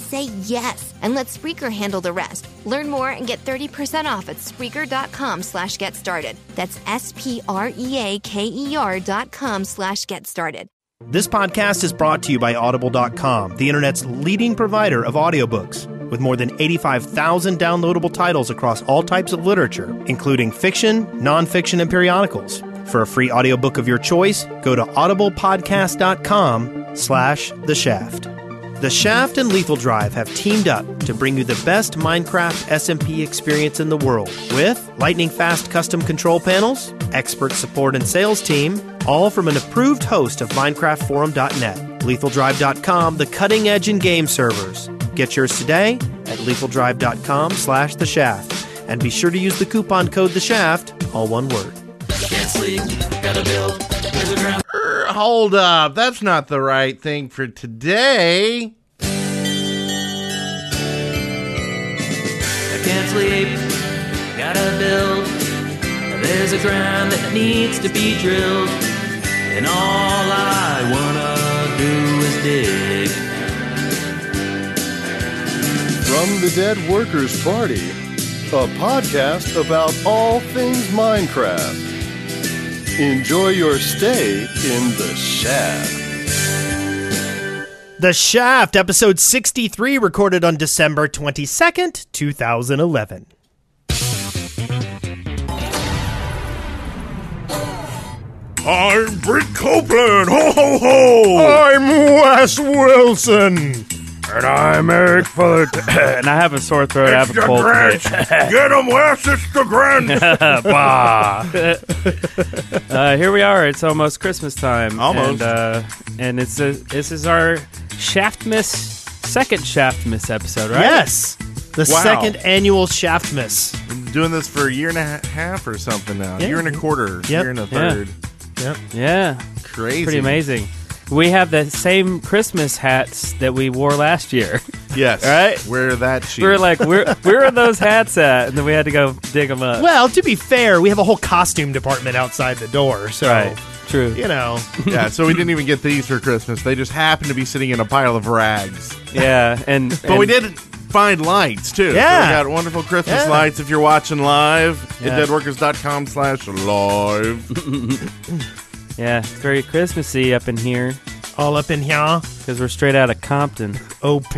say yes and let Spreaker handle the rest. Learn more and get 30% off at Spreaker.com slash get started. That's E S-P-R-E-A-K-E-R dot com slash get started. This podcast is brought to you by Audible.com, the internet's leading provider of audiobooks. With more than 85,000 downloadable titles across all types of literature, including fiction, nonfiction, and periodicals. For a free audiobook of your choice, go to audiblepodcast.com slash the shaft. The Shaft and Lethal Drive have teamed up to bring you the best Minecraft SMP experience in the world with lightning fast custom control panels, expert support and sales team, all from an approved host of MinecraftForum.net, LethalDrive.com, the cutting edge in game servers. Get yours today at LethalDrive.com slash The Shaft and be sure to use the coupon code The Shaft, all one word. Can't sleep, gotta build. There's a ground. Er, Hold up, that's not the right thing for today. I can't sleep, gotta build. There's a ground that needs to be drilled. And all I wanna do is dig. From the Dead Workers Party, a podcast about all things Minecraft. Enjoy your stay in the shaft. The Shaft, episode 63, recorded on December 22nd, 2011. I'm Britt Copeland. Ho ho ho! I'm Wes Wilson. And I'm Eric Foot. and I have a sore throat. I It's have the a cold Grant. today. Get him, Wes. It's the Grant. Bah. uh, here we are. It's almost Christmas time. Almost. And, uh, and it's a, this is our Shaft Miss second Shaft Miss episode, right? Yes, the Wow. second annual Shaft Miss. Been doing this for a year and a ha- half or something now. Yeah. Year and a quarter. Year and a Yeah. third. Yeah. Crazy. Pretty amazing. We have the same Christmas hats that we wore last year. Yes. Right? Where that sheet. we were like, where, where are those hats at? And then we had to go dig them up. Well, to be fair, we have a whole costume department outside the door, so Right. True. you know, yeah, so we didn't even get these for Christmas. They just happened to be sitting in a pile of rags. Yeah. And But we did find lights too. So Yeah. we got wonderful Christmas Yeah. lights if you're watching live Yeah. at deadworkers.com slash live. Yeah. It's very Christmassy up in here all up in here, because we're straight out of Compton. OP.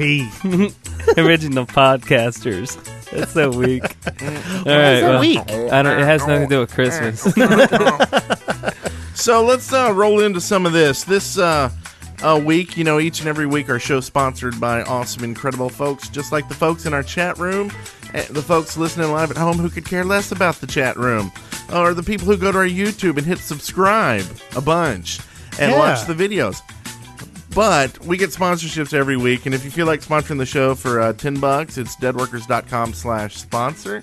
original podcasters. That's so weak. All right, It's a well, week. I don't, it has nothing to do with Christmas. So let's uh, roll into some of this. This uh, uh, week, you know, each and every week, our show's sponsored by awesome, incredible folks, just like the folks in our chat room, eh, the folks listening live at home who could care less about the chat room, or the people who go to our YouTube and hit subscribe a bunch and Yeah. watch the videos. But we get sponsorships every week, and if you feel like sponsoring the show for uh, ten bucks, it's deadworkers.com slash sponsor.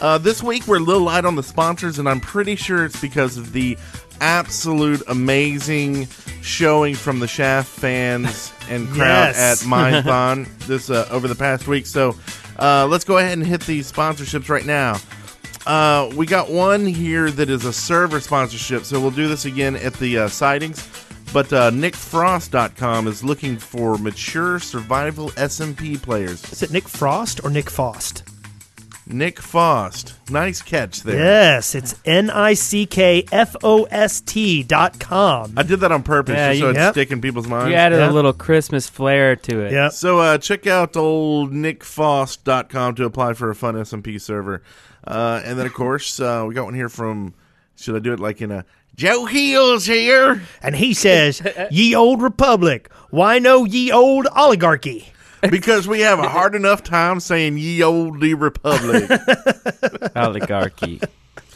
Uh, this week we're a little light on the sponsors, and I'm pretty sure it's because of the absolute amazing showing from the Shaft fans and crowd Yes. at Minethon this uh, over the past week. So uh, let's go ahead and hit these sponsorships right now. Uh, we got one here that is a server sponsorship, so we'll do this again at the uh, sightings. But uh, NickFrost.com is looking for mature survival SMP players. Is it Nick Frost or Nick Fost? Nick Fost, nice catch there. Yes, it's N I C K F O S T dot com. I did that on purpose, Yeah, just so you- it'd Yep. stick in people's minds. You added Yeah. a little Christmas flair to it. Yep. So uh, check out old nickfoss.com to apply for a fun SMP server. Uh, and then, of course, uh, we got one here from, should I do it like in a Joe Heels here. And he says, Ye old republic, why no ye old oligarchy? Because we have a hard enough time saying ye olde republic. Oligarchy.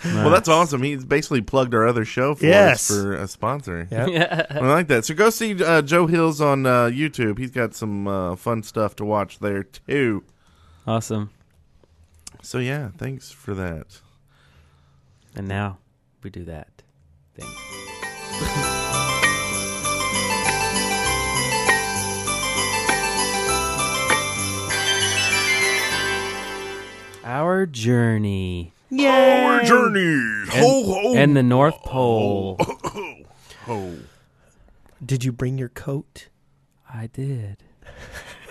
well, that's awesome. He's basically plugged our other show for Yes. us for a sponsor. Yeah. I like that. So go see uh, Joe Hills on uh, YouTube. He's got some uh, fun stuff to watch there too. awesome. So yeah, thanks for that. And now we do that thing. Our journey Our journeys. Ho, ho. and the North Pole. Did you bring your coat? I did.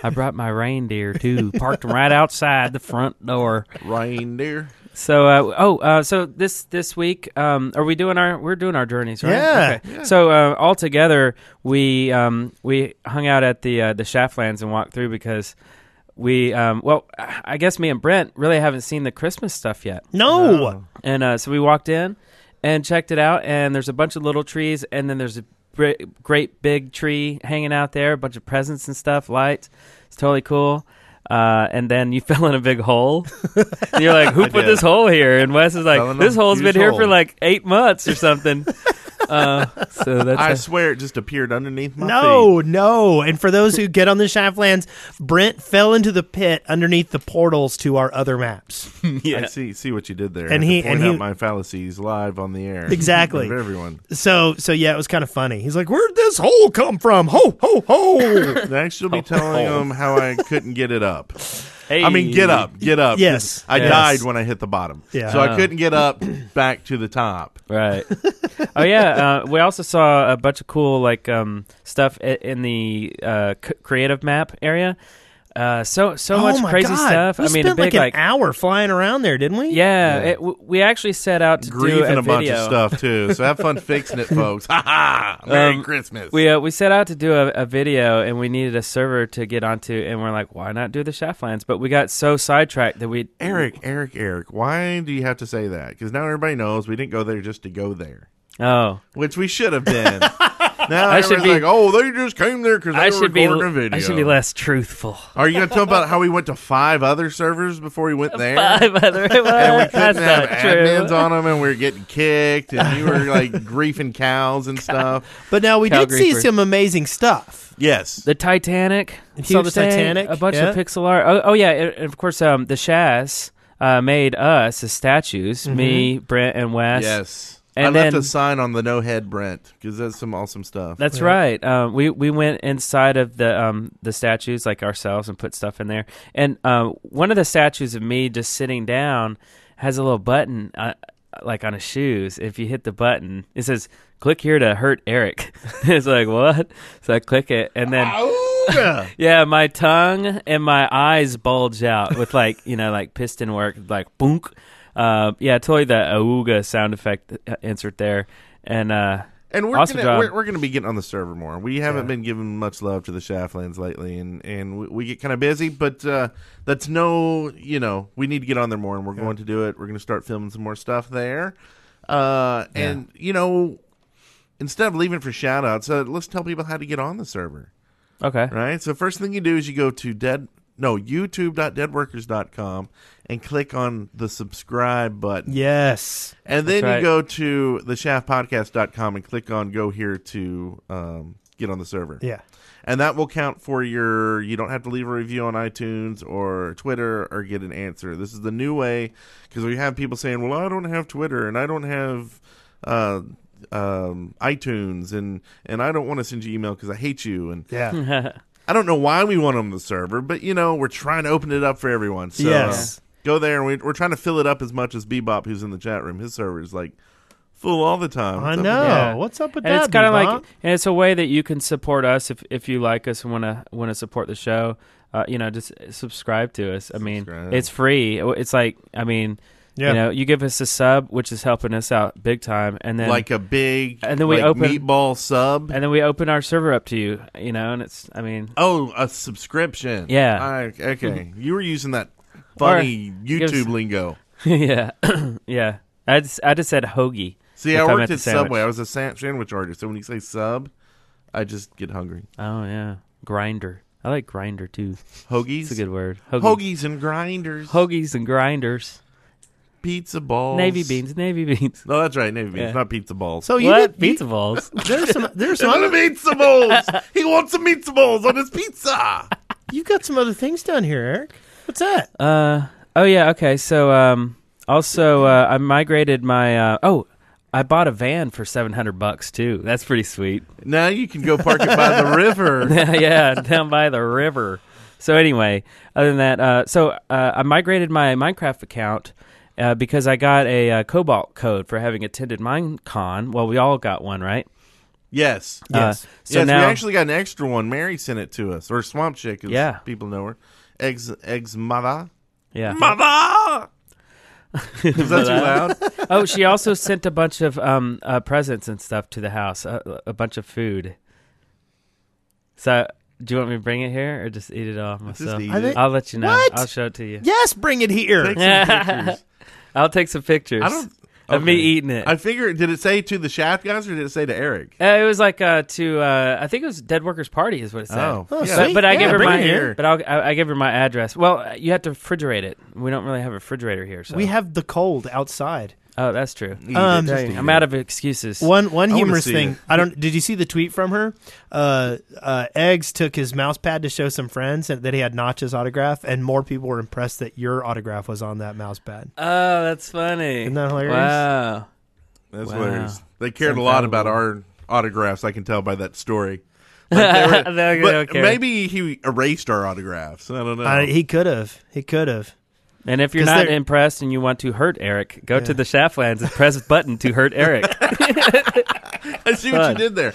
I brought my reindeer too, parked right outside the front door. Reindeer. So, uh, oh, uh, so this this week, um, are we doing our? We're doing our journeys, right? Yeah. Okay. So uh, all together, we um, we hung out at the uh, the Shaftlands and walked through because we um, well, I guess me and Brent really haven't seen the Christmas stuff yet. No. And uh, so we walked in and checked it out, and there's a bunch of little trees, and then there's a br- great big tree hanging out there, a bunch of presents and stuff, lights. It's totally cool. Uh, and then you fell in a big hole. And you're like, "Who put did. this hole here?" And Wes is Fell like, in "This a hole's been huge here for hole." like eight months or something." uh, so that's I a- swear it just appeared underneath my No, no. And for those who get on the Shaftlands, Brent fell into the pit underneath the portals to our other maps. feet. I see see what you did there. And I had to he- point and out he- my fallacies live on the air. Exactly. In front of everyone. So, so yeah, it was kind of funny. He's like, "Where'd this hole come from? Ho, ho, ho!" Next Oh, you'll be telling them how I couldn't get it up. Hey. I mean, get up, get up. 'cause Yes. I Yes. died when I hit the bottom. Yeah. So I Oh. couldn't get up back to the top. Right. oh yeah. Uh, we also saw a bunch of cool like um, stuff i- in the uh, c- creative map area. Uh, so so oh much my crazy God. stuff. We I mean, spent a like big an like, hour flying around there, didn't we? yeah. It, w- we actually set out to do Grief a, and a bunch of video. stuff too. So have fun fixing it, folks. Ha ha! Merry Um, Christmas. We uh, we set out to do a, a video and we needed a server to get onto and we're like, why not do the Shaftlands? But we got so sidetracked that we Eric, Eric, Eric. Why do you have to say that? Because now everybody knows we didn't go there just to go there, Oh, which we should have been. now I I should should be- like, oh, they just came there because they I were should be recording a l- video. I should be less truthful. Are you going to talk about how we went to five other servers before we went there? Five other. And we couldn't That's have not true. admins on them, and we were getting kicked, and you were like griefing cows and stuff. But now we did Calgary see for- some amazing stuff. Yes, The Titanic. saw the huge thing, Titanic, A bunch of yeah. pixel art. Oh, oh yeah, and and of course um, the Shaz uh, made us as statues. Mm-hmm. Me, Brent, and Wes. yes. And I left then- a sign on the no head Brent because that's some awesome stuff. That's right. Um, we we went inside of the um, the statues like ourselves and put stuff in there. And um, one of the statues of me just sitting down has a little button uh, like on his shoes. If you hit the button, it says "Click here to hurt Eric." it's like what? So I click it, and then Oh, Yeah. yeah, my tongue and my eyes bulge out with like you know like piston work, like boonk. Uh, yeah, totally the auga sound effect uh, insert there, and uh, And we're Awesome gonna, job. we're, we're gonna be getting on the server more. We haven't been giving much love to the Shaftlands lately, and and we, we get kind of busy. But uh, that's no, you know, we need to get on there more, and we're going to do it. We're gonna start filming some more stuff there, uh, and you know, instead of leaving for shout outs, uh, let's tell people how to get on the server. okay, Right. So first thing you do is you go to dead no youtube.deadworkers.com and click on the subscribe button. Yes. And That's then you right. go to the shaftpodcast.com and click on go here to um, get on the server. Yeah. And that will count for your you don't have to leave a review on iTunes or Twitter or get an answer. This is the new way because we have people saying, "Well, I don't have Twitter and I don't have uh, um, iTunes and and I don't want to send you email because I hate you and Yeah. I don't know why we want on the server, but you know we're trying to open it up for everyone. So Yes. go there, and we, we're trying to fill it up as much as Bebop, who's in the chat room. His server is like full all the time. I What's up with know. that? uh, Yeah. What's up with and that? it's kind of Bebop? like and it's a way that you can support us if if you like us and want to want to support the show. Uh, you know, just subscribe to us. I mean, Subscribe. it's free. It's like I mean, Yeah. you know, you give us a sub, which is helping us out big time, and then Like a big And then we like, open- meatball sub. and then we open our server up to you. You know, and it's I mean, oh, a subscription. Yeah. Mm-hmm. I, okay, you were using that funny gives- YouTube lingo. yeah, yeah. I just I just said hoagie. See, if I I'm worked the at sandwich. Subway. I was a sa- sandwich artist, so when you say sub, I just get hungry. Oh yeah, grinder. I like grinder too. Hoagies, It's a good word. Hoagies and grinders, Hoagies and grinders. pizza balls, Navy beans. Navy beans. No, that's right, navy beans, Yeah. not pizza balls. So you what? did Pizza balls. you- There's some. There's some. Some Other, pizza balls. he wants some pizza balls on his pizza. you've got some other things down here, Eric. What's that? Uh oh yeah okay so um also uh, I migrated my uh, oh I bought a van for seven hundred bucks too that's pretty sweet Now you can go park it by the river. yeah down by the river so anyway other than that uh, so uh, I migrated my Minecraft account. Uh, because I got a uh, Cobalt code for having attended Minecon. Well, we all got one, right? Yes. Uh, so yes, now, we actually got an extra one. Mary sent it to us, or Swamp Chick, as Yeah. people know her. Eggs, eggs, mother. yeah. Mother! Is that too loud? oh, she also sent a bunch of um, uh, presents and stuff to the house, uh, a, a bunch of food. So, do you want me to bring it here or just eat it all myself? eat I think- it. I'll let you know. What? I'll show it to you. Yes, bring it here. Take some pictures. I'll take some pictures I don't. of me okay. eating it. I figure, did it say to the shaft guys or did it say to Eric? Uh, it was like uh, to uh, I think it was Dead Workers Party is what it said. Oh, yeah. But, but I Yeah, gave her bring my it here. but I'll, I, I gave her my address. Well, you have to refrigerate it. We don't really have a refrigerator here, so We have the cold outside. oh, that's true. Um, I'm out of excuses. One one wanna humorous see thing. it. I don't. Did you see the tweet from her? Uh, uh, Eggs took his mouse pad to show some friends and, that he had Notch's autograph, and more people were impressed that your autograph was on that mouse pad. Oh, that's funny. Isn't that hilarious? Wow. That's Wow. hilarious. They cared a lot about our autographs. I can tell by that story. Like, they were- They but don't care. maybe he erased our autographs. I don't know. I, he could have. He could have. And if you're 'Cause not they're- impressed and you want to hurt Eric, go Yeah. to the Shaftlands and press button to hurt Eric. I see what you did there.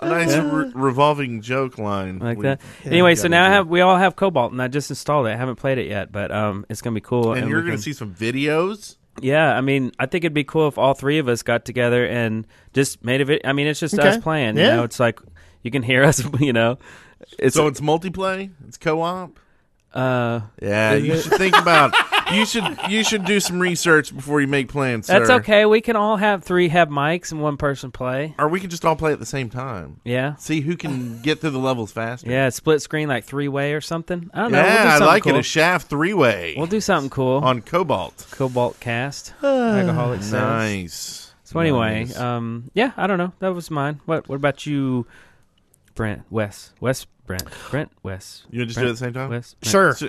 A nice re- revolving joke line. like We- that. anyway, so gotta now I do have we all have Cobalt, and I just installed it. I haven't played it yet, but um, it's gonna be cool. And we you're going to can- see some videos. yeah. I mean, I think it'd be cool if all three of us got together and just made of it. I mean, it's just Okay. us playing. Yeah. You know, it's like you can hear us. You know, it's So it's multiplay. It's co-op. uh, Yeah, you should think about. You should you should do some research before you make plans. that's sir. okay. We can all have three have mics and one person play. Or we can just all play at the same time. Yeah. See who can get through the levels faster. Yeah, split screen like three way or something. I don't know. Yeah, we'll do I something like cool. it. A shaft three way We'll do something cool. on Cobalt. Cobalt Cast. Alcoholic Sales. Nice. So anyway, Nice. um, yeah, I don't know. That was mine. What What about you, Brent? Wes? Wes? Brent? Brent? Wes? you wanna just do it at the same time. Wes? Brent. Sure. So-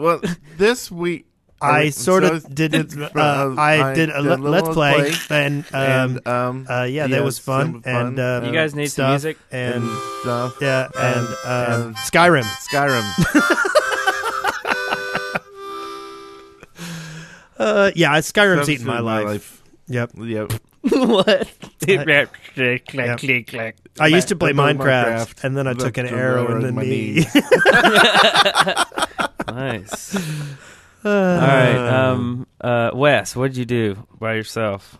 well, this week I Oh, sort so of it's- did. it's- Uh, uh, I did a le- little let's play, and, um, and um, uh, yeah, that yeah, was fun. some And uh, You guys need some stuff, music? and, stuff. yeah, and, and- um, and- Skyrim. Skyrim. Uh, yeah, Skyrim's Stuff's eating my in life. Yep. Yep. what? click, click, Yep. click, click. I used to play I played Minecraft, Minecraft. and then I took an Took an arrow in arrow the in my knee. knee. Nice. All right, um, uh, Wes, what did you do by yourself?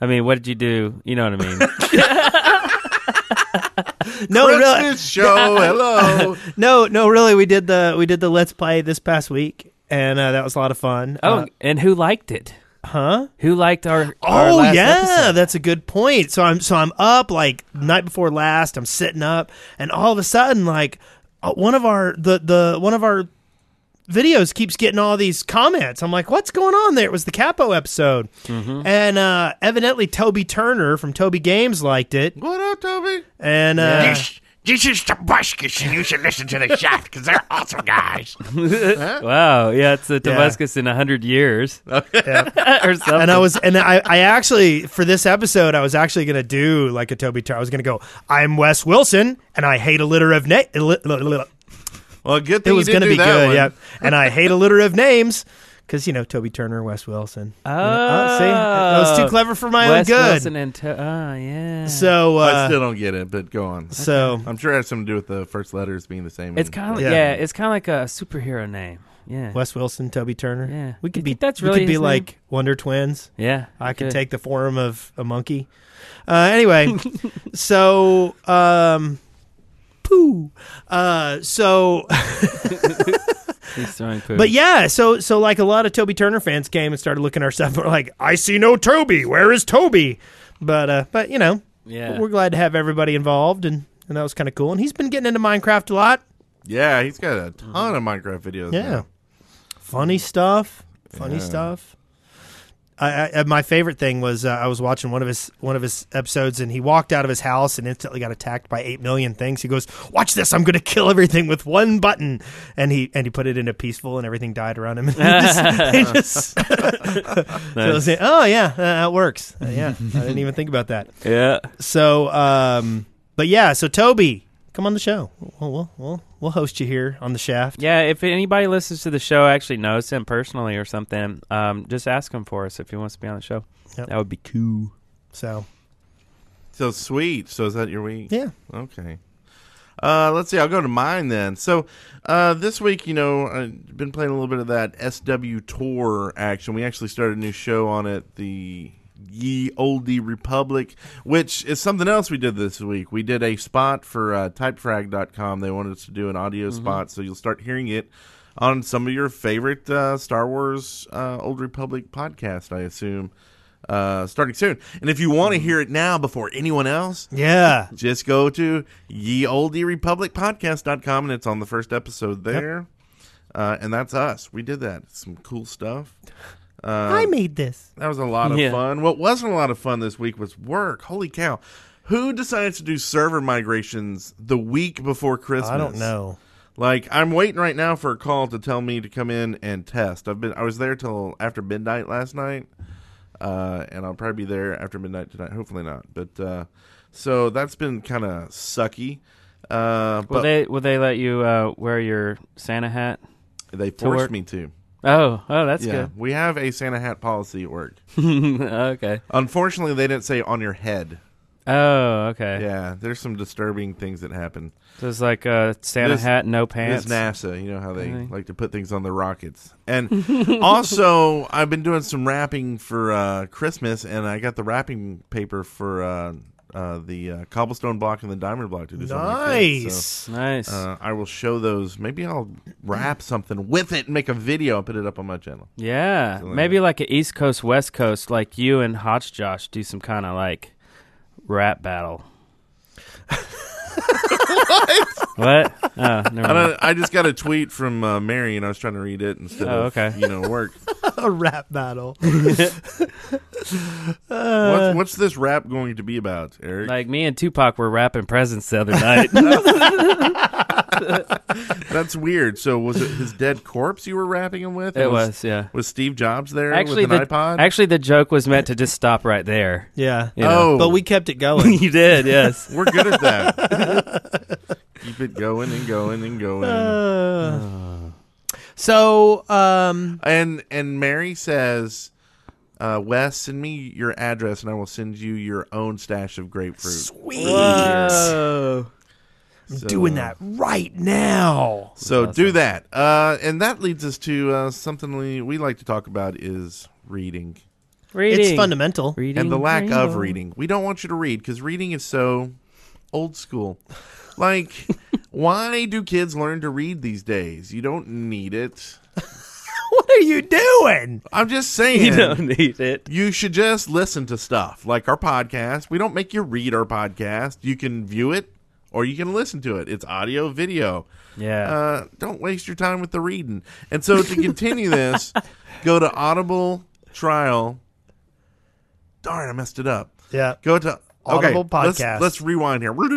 I mean, what did you do? You know what I mean. no, really, Christmas show. Hello. no, no, really. We did the we did the let's play this past week, and uh, that was a lot of fun. oh, Uh, and who liked it? huh? Who liked our? our Oh last yeah, episode? that's a good point. So I'm so I'm up like night before last. I'm sitting up, and all of a sudden, like uh, one of our the the one of our videos keeps getting all these comments. I'm like, what's going on there? It was the Capo episode, Mm-hmm. and uh, evidently Toby Turner from Toby Games liked it, what up, Toby? and uh, This, this is Tabuscus, and you should listen to the shaft because they're awesome guys. Wow, yeah, it's the Tobuscus in a hundred years or something. and I was, and I, I actually for this episode, I was actually gonna do like a Toby Turner. I was gonna go, I'm Wes Wilson, and I hate a litter of na- li- li- li- Well, good It thing was going gonna to be good, yeah. And I hate a litter of names because you know Toby Turner, Wes Wilson. Oh, see, that was too clever for my Wes own good. Wilson and To- oh, yeah. So, I still uh, don't get it, but go on. so I'm sure it has something to do with the first letters being the same. it's in- kind of Yeah. yeah. it's kind of like a superhero name. Yeah, Wes Wilson, Toby Turner. Yeah. we could You be. think that's we really could be his name? like Wonder Twins. yeah. I could good. take the form of a monkey. Uh, anyway, so um, poo. Uh, so He's throwing poop. But yeah, so so like a lot of Toby Turner fans came and started looking at our stuff. And we're like, I see no Toby. Where is Toby? But uh, but you know, Yeah. we're glad to have everybody involved, and and that was kind of cool. And he's been getting into Minecraft a lot. Yeah, he's got a ton of Minecraft videos. Yeah, now. funny stuff. Funny stuff. I, I, my favorite thing was uh, I was watching one of his one of his episodes, and he walked out of his house and instantly got attacked by eight million things. He goes, "Watch this! I'm going to kill everything with one button." And he and he put it into peaceful, and everything died around him. And he just, he just- So I was like, oh yeah, uh, that works. Uh, yeah, I didn't even think about that. yeah. So, um, but yeah, so Toby, come on the show. We'll we'll we'll, we'll host you here on the Shaft. Yeah, if anybody listens to the show actually knows him personally or something, um, just ask him for us if he wants to be on the show. Yep. That would be cool. So So sweet. So is that your week? yeah, Okay. Uh, let's see. I'll go to mine then. So uh, this week, you know, I've been playing a little bit of that SW Tour action. We actually started a new show on it, the Ye Olde Republic, which is something else we did this week. We did a spot for uh, typefrag.com. They wanted us to do an audio spot, so you'll start hearing it on some of your favorite uh, Star Wars uh, Old Republic podcast, I assume, uh, starting soon. And if you want to hear it now before anyone else, yeah. just go to yeolderepublicpodcast.com and it's on the first episode there. Uh, and that's us. We did that. Some cool stuff. I made this. That was a lot of Yeah. fun. What wasn't a lot of fun this week was work. Holy cow. Who decides to do server migrations the week before Christmas? I don't know. Like I'm waiting right now for a call to tell me to come in and test. I've been I was there till after midnight last night, uh, and I'll probably be there after midnight tonight. Hopefully not, but uh, so that's been kind of sucky. Uh, Will but they, they will they let you uh, wear your Santa hat? forced work. me to. Oh, oh, that's yeah, we have a Santa hat policy at work. good. okay. Unfortunately, they didn't say on your head. Oh, okay. Yeah, there's some disturbing things that happen. So it's like a Santa This- hat, no It's pants. NASA. You know how they Mhm. like to put things on the rockets. And also, I've been doing some wrapping for uh, Christmas, and I got the wrapping paper for uh, uh, the uh, cobblestone block and the diamond block to do something. with the kids. So, Nice. Nice. uh, I will show those. Maybe I'll wrap something with it and make a video and put it up on my channel. yeah. like- Maybe like a East Coast, West Coast, like you and Hotch Josh do some kind of like rap battle. what? What? Oh, never I, mind. don't, I just got a tweet from uh, Mary, and I was trying to read it instead Oh, of okay. you know work. a rap battle. What's, what's this rap going to be about, Eric? Like me and Tupac were wrapping presents the other night. That's weird. So was it his dead corpse you were wrapping him with? it And was, yeah. Was Steve Jobs there Actually, with an the, iPod? actually, the joke was meant to just stop right there. yeah. you know. Oh. But we kept it going. you did, yes. We're good at that. Keep it going and going and going. Uh, so, um, and and Mary says, uh, Wes, send me your address and I will send you your own stash of grapefruit. sweet. Whoa. So, Doing uh, that right now. So do that. Uh, and that leads us to uh, something we, we like to talk about is reading. Reading. It's fundamental. Reading. and the lack of rainbow. reading. We don't want you to read because reading is so old school. Like, why do kids learn to read these days? You don't need it. What are you doing? I'm just saying. You don't need it. you should just listen to stuff like our podcast. We don't make you read our podcast. You can view it or you can listen to it. It's audio, video. Yeah. Uh, don't waste your time with the reading. And so to continue this, go to Audible Trial. Darn, I messed it up. Yeah. Go to Audible okay, let's- Podcast. Let's, rewind here. Okay,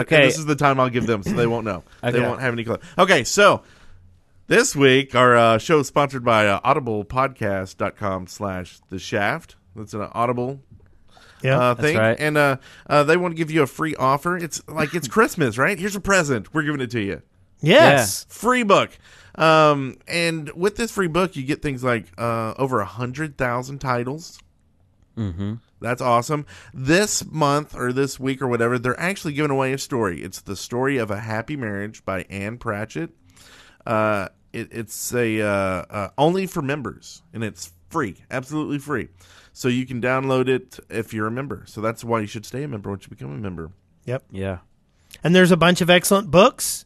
Okay. this is the time I'll give them, so they won't know. They Okay. won't have any clue. Okay, so this week our uh, show is sponsored by uh, audiblepodcast.com slash the shaft. That's an Audible Yeah. uh, thing, right. and uh, uh, they want to give you a free offer. It's like it's Christmas, right? Here's a present. We're giving it to you yes. free book. Um, and with this free book, you get things like uh, over a hundred thousand titles. Mm-hmm. That's awesome. This month or this week or whatever, they're actually giving away a story. It's the story of a happy marriage by Anne Pratchett. Uh, it, it's a uh, uh, only for members, and it's free, absolutely free. So you can download it if you're a member. So that's why you should stay a member once you become a member. Yep. yeah. And there's a bunch of excellent books.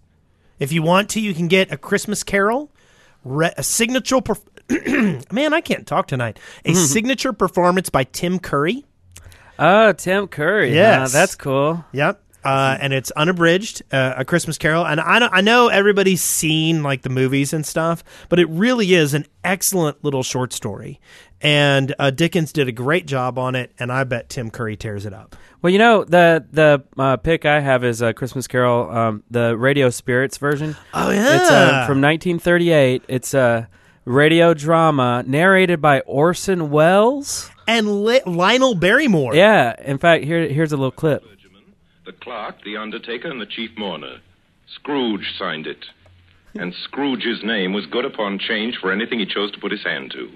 If you want to, you can get a Christmas Carol, re- a signature. Perf- Man, I can't talk tonight. A signature performance by Tim Curry. Oh, Tim Curry. huh? Yes. that's cool. Yep. Uh, and it's unabridged, uh, a Christmas Carol, and I, don't- I know everybody's seen like the movies and stuff, but it really is an excellent little short story, and uh, Dickens did a great job on it, and I bet Tim Curry tears it up. Well, you know the the uh, pick I have is uh, Christmas Carol, um, the Radio Spirits version. Oh It's uh, from 1938. It's a radio drama narrated by Orson Welles. and Li- Lionel Barrymore. Yeah. In fact, here here's a little clip. The clerk, the undertaker, and the chief mourner. Scrooge signed it. And Scrooge's name was good upon change for anything he chose to put his hand to.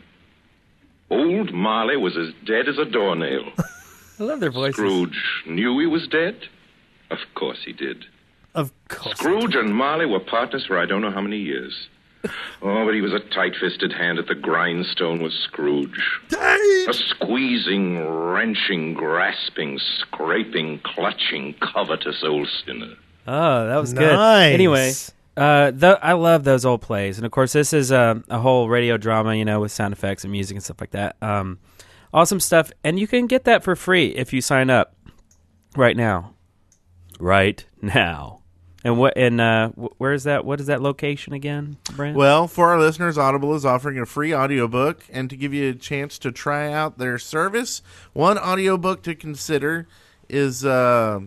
Old Marley was as dead as a doornail. I love their voices. Scrooge knew he was dead? Of course he did. of course. Scrooge and Marley were partners for I don't know how many years. Oh, but he was a tight fisted hand at the grindstone with Scrooge. A squeezing, wrenching, grasping, scraping, clutching, covetous old sinner. Oh, that was Nice. good. Anyway, uh, tho- I love those old plays, and of course, this is a, a whole radio drama, you know, with sound effects and music and stuff like that. Um, awesome stuff, and you can get that for free if you sign up right now. Right now, and what? And uh, wh- where is that? What is that location again, Brent? Well, for our listeners, Audible is offering a free audiobook. And to give you a chance to try out their service, one audiobook to consider is uh,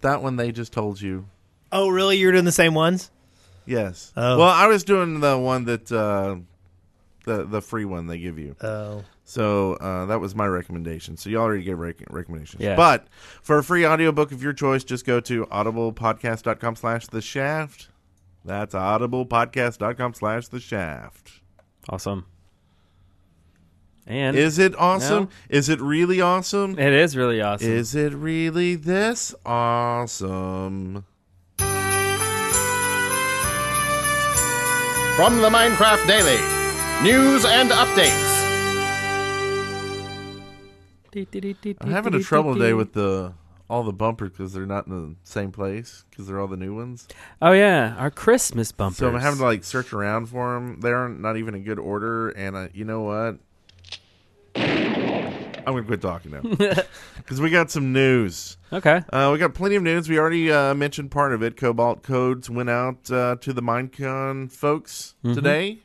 that one they just told you. Oh, really? You're doing the same ones? Yes. Oh. Well, I was doing the one that uh, the the free one they give you. Oh, So uh, that was my recommendation. So you already gave rec- recommendations. Yeah. But for a free audiobook of your choice, just go to audiblepodcast.com slash the shaft. That's audiblepodcast.com slash the shaft. awesome. And Is it awesome? No. Is it really awesome? it is really awesome. Is it really this awesome? From the Minecraft Daily, news and updates. I'm having a trouble today with the all the bumpers because they're not in the same place because they're all the new ones. oh yeah, our Christmas bumpers. So I'm having to like search around for them. They're not even in good order, and I, you know what? I'm gonna quit talking now because we got some news. okay. Uh, we got plenty of news. We already uh, mentioned part of it. Cobalt codes went out uh, to the Minecon folks Mm-hmm. today.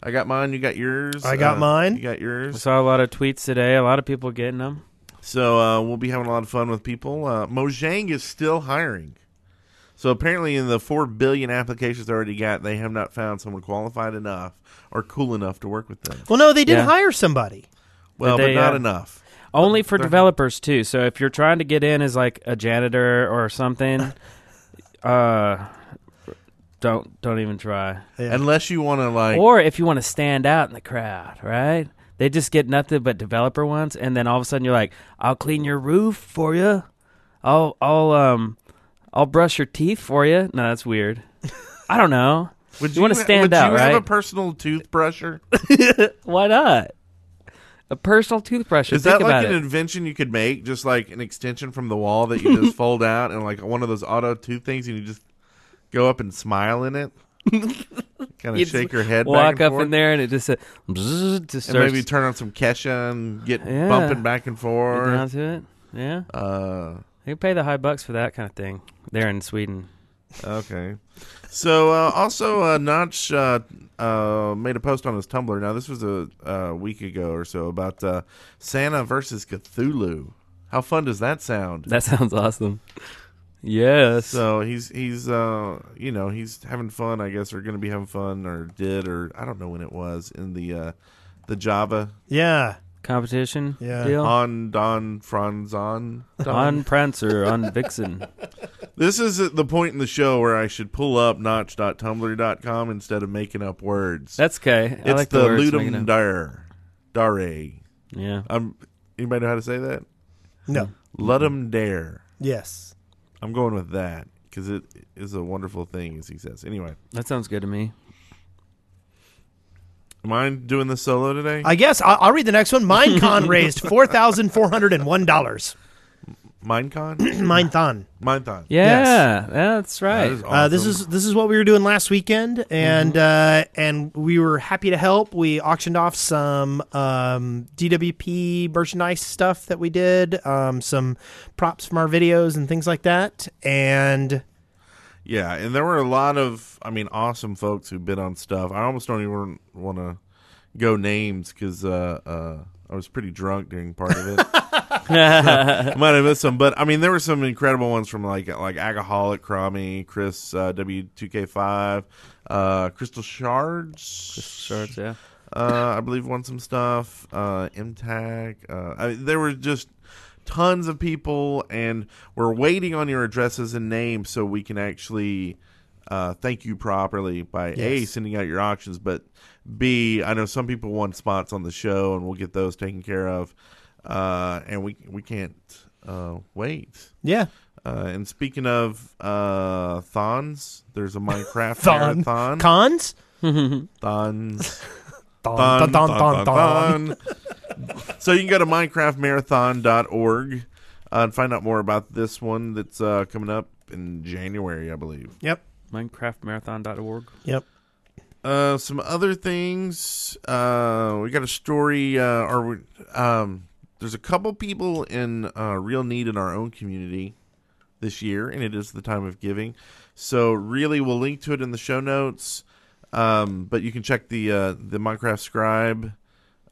I got mine. You got yours. I got uh, mine. You got I yours. saw a lot of tweets today. A lot of people getting them. So uh, we'll be having a lot of fun with people. Uh, Mojang is still hiring. So apparently, in the four billion applications they already got, they have not found someone qualified enough or cool enough to work with them. well, no, they did Yeah. hire somebody. Well, they, but not uh, enough. Only for They're- developers too. So if you're trying to get in as like a janitor or something, uh, don't don't even try. Unless you want to like. Or if you want to stand out in the crowd, right? They just get nothing but developer ones, and then all of a sudden you're like, "I'll clean your roof for you. I'll I'll um I'll brush your teeth for you." No, that's weird. I don't know. would you wanna ha- stand would out, you right? have a personal toothbrusher? Why not? A personal toothbrush. Is think that about like an it. invention you could make? Just like an extension from the wall that you just fold out and like one of those auto tooth things, and you just go up and smile in it, kind You of just shake your head, Walk back and up forth. in there, and it just said, bzzz, just and starts maybe turn on some Kesha and get Yeah. bumping back and Get down forth. to it. Yeah, Uh, they pay the high bucks for that kind of thing there in Sweden. okay. So uh, also, uh, Notch uh, uh, made a post on his Tumblr. Now this was a uh, week ago or so about uh, Santa versus Cthulhu. How fun does that sound? That sounds awesome. Yes. So he's he's uh you know he's having fun I guess or going to be having fun or did or I don't know when it was in the uh the Java Yeah. Competition Yeah. deal on Don Franzon. on Prancer on Vixen. This is at the point in the show where I should pull up notch.tumblr.com instead of making up words. That's okay. I it's like the, the, words Ludum making up. Dare Dare. Yeah. I'm anybody know how to say that? Hmm. No. Mm-hmm. Ludum Dare. Yes. I'm going with that because it is a wonderful thing as he says. Anyway, That sounds good to me. am I doing this solo today? I guess I'll, I'll read the next one. Minecon raised four thousand four hundred and one dollars. Minecon? Mindthon. Minecon. Yeah, that's right. That is Uh, this awesome. Mm-hmm. is this is what we were doing last weekend, and uh, and we were happy to help. We auctioned off some um, DWP merchandise stuff that we did, um, some props from our videos and things like that. And Yeah, and there were a lot of, I mean, awesome folks who bid on stuff. I almost don't even want to go names because uh, uh, I was pretty drunk during part of it. I might have missed some, but I mean, there were some incredible ones from like like Agaholic, Crommy, Chris uh, W2K5, uh, Crystal Shards. Shorts, yeah. uh, I believe won some stuff. Uh, MTAG. Uh, I mean, there were just tons of people, and we're waiting on your addresses and names so we can actually uh, thank you properly by a sending out your auctions, but b I know some people won spots on the show, and we'll get those taken care of. Uh, and we we can't uh, wait. yeah, Uh, and speaking of uh, thons, there's a Minecraft thon marathon. cons. thons. Thon, thon, thon, thon. so you can go to minecraftmarathon.org uh, and find out more about this one that's uh, coming up in January, I believe. Yep, MinecraftMarathon.org. yep. Uh, some other things. Uh, we got a story. Uh, or we- um, there's a couple people in uh, real need in our own community this year, and it is the time of giving. So really, we'll link to it in the show notes. Um, but you can check the uh, the Minecraft Scribe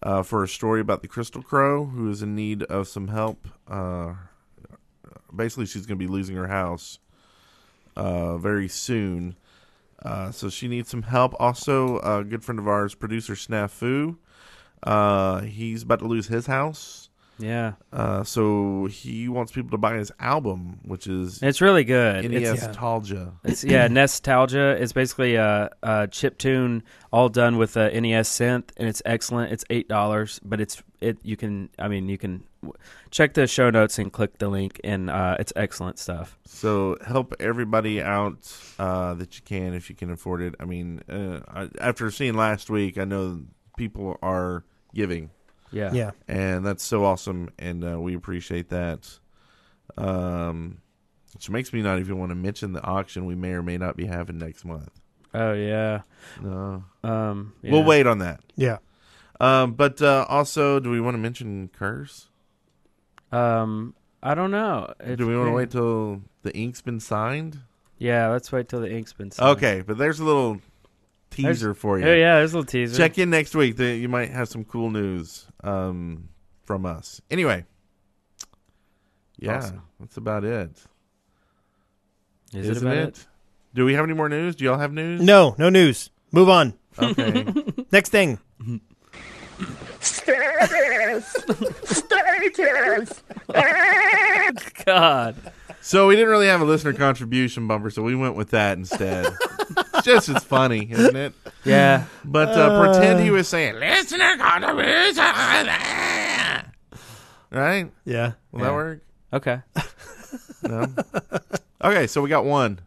uh, for a story about the Crystal Crow, who is in need of some help. Uh, basically, she's going to be losing her house uh, very soon. Uh, so she needs some help. Also, a good friend of ours, producer Snafu, uh, he's about to lose his house. Yeah, Uh, so he wants people to buy his album, which is E it's really good. It's, NES Talja. it's yeah, Nostalgia is basically a, a chip tune all done with a NES synth, and it's excellent. It's eight dollars, but it's it you can I mean you can w- check the show notes and click the link, and uh, it's excellent stuff. So help everybody out uh, that you can if you can afford it. I mean, uh, I, after seeing last week, I know people are giving, Yeah, Yeah, and that's so awesome, and uh, we appreciate that. Um, which makes me not even want to mention the auction we may or may not be having next month. Oh yeah. No. Um, yeah. We'll wait on that. yeah. Um, but uh, also, do we want to mention Curse? Um, I don't know. If- Do we want to wait till the ink's been signed? Yeah, let's wait till the ink's been. signed. Okay, but there's a little teaser for you. Oh yeah, there's a little teaser. Check in next week. Th- You might have some cool news um, from us. Anyway. Yeah, Awesome. that's about it. Is Isn't about Do we have any more news? Do y'all have news? No, no news. Move on. Okay. Next thing. God. so we didn't really have a listener contribution bumper, so we went with that instead. it's just as funny, isn't it? Yeah. But uh, pretend he was saying listener contribution, right? Yeah. Will that work? Okay. No. okay, so we got one.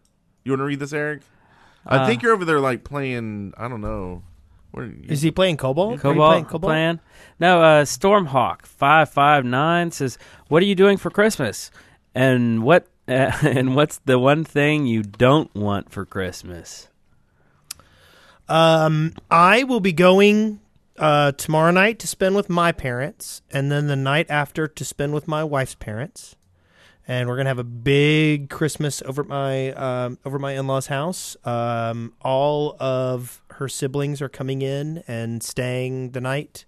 You want to read this, Eric? Uh. I think you're over there like playing. I don't know. What are you- Is he playing Cobalt? Are you Cobalt, playing Cobalt plan. No, uh, Stormhawk five five nine says, "What are you doing for Christmas? And what uh, and what's the one thing you don't want for Christmas?" Um, I will be going uh, tomorrow night to spend with my parents, and then the night after to spend with my wife's parents. And we're gonna have a big Christmas over at my um, over at my in laws house. Um, all of her siblings are coming in and staying the night,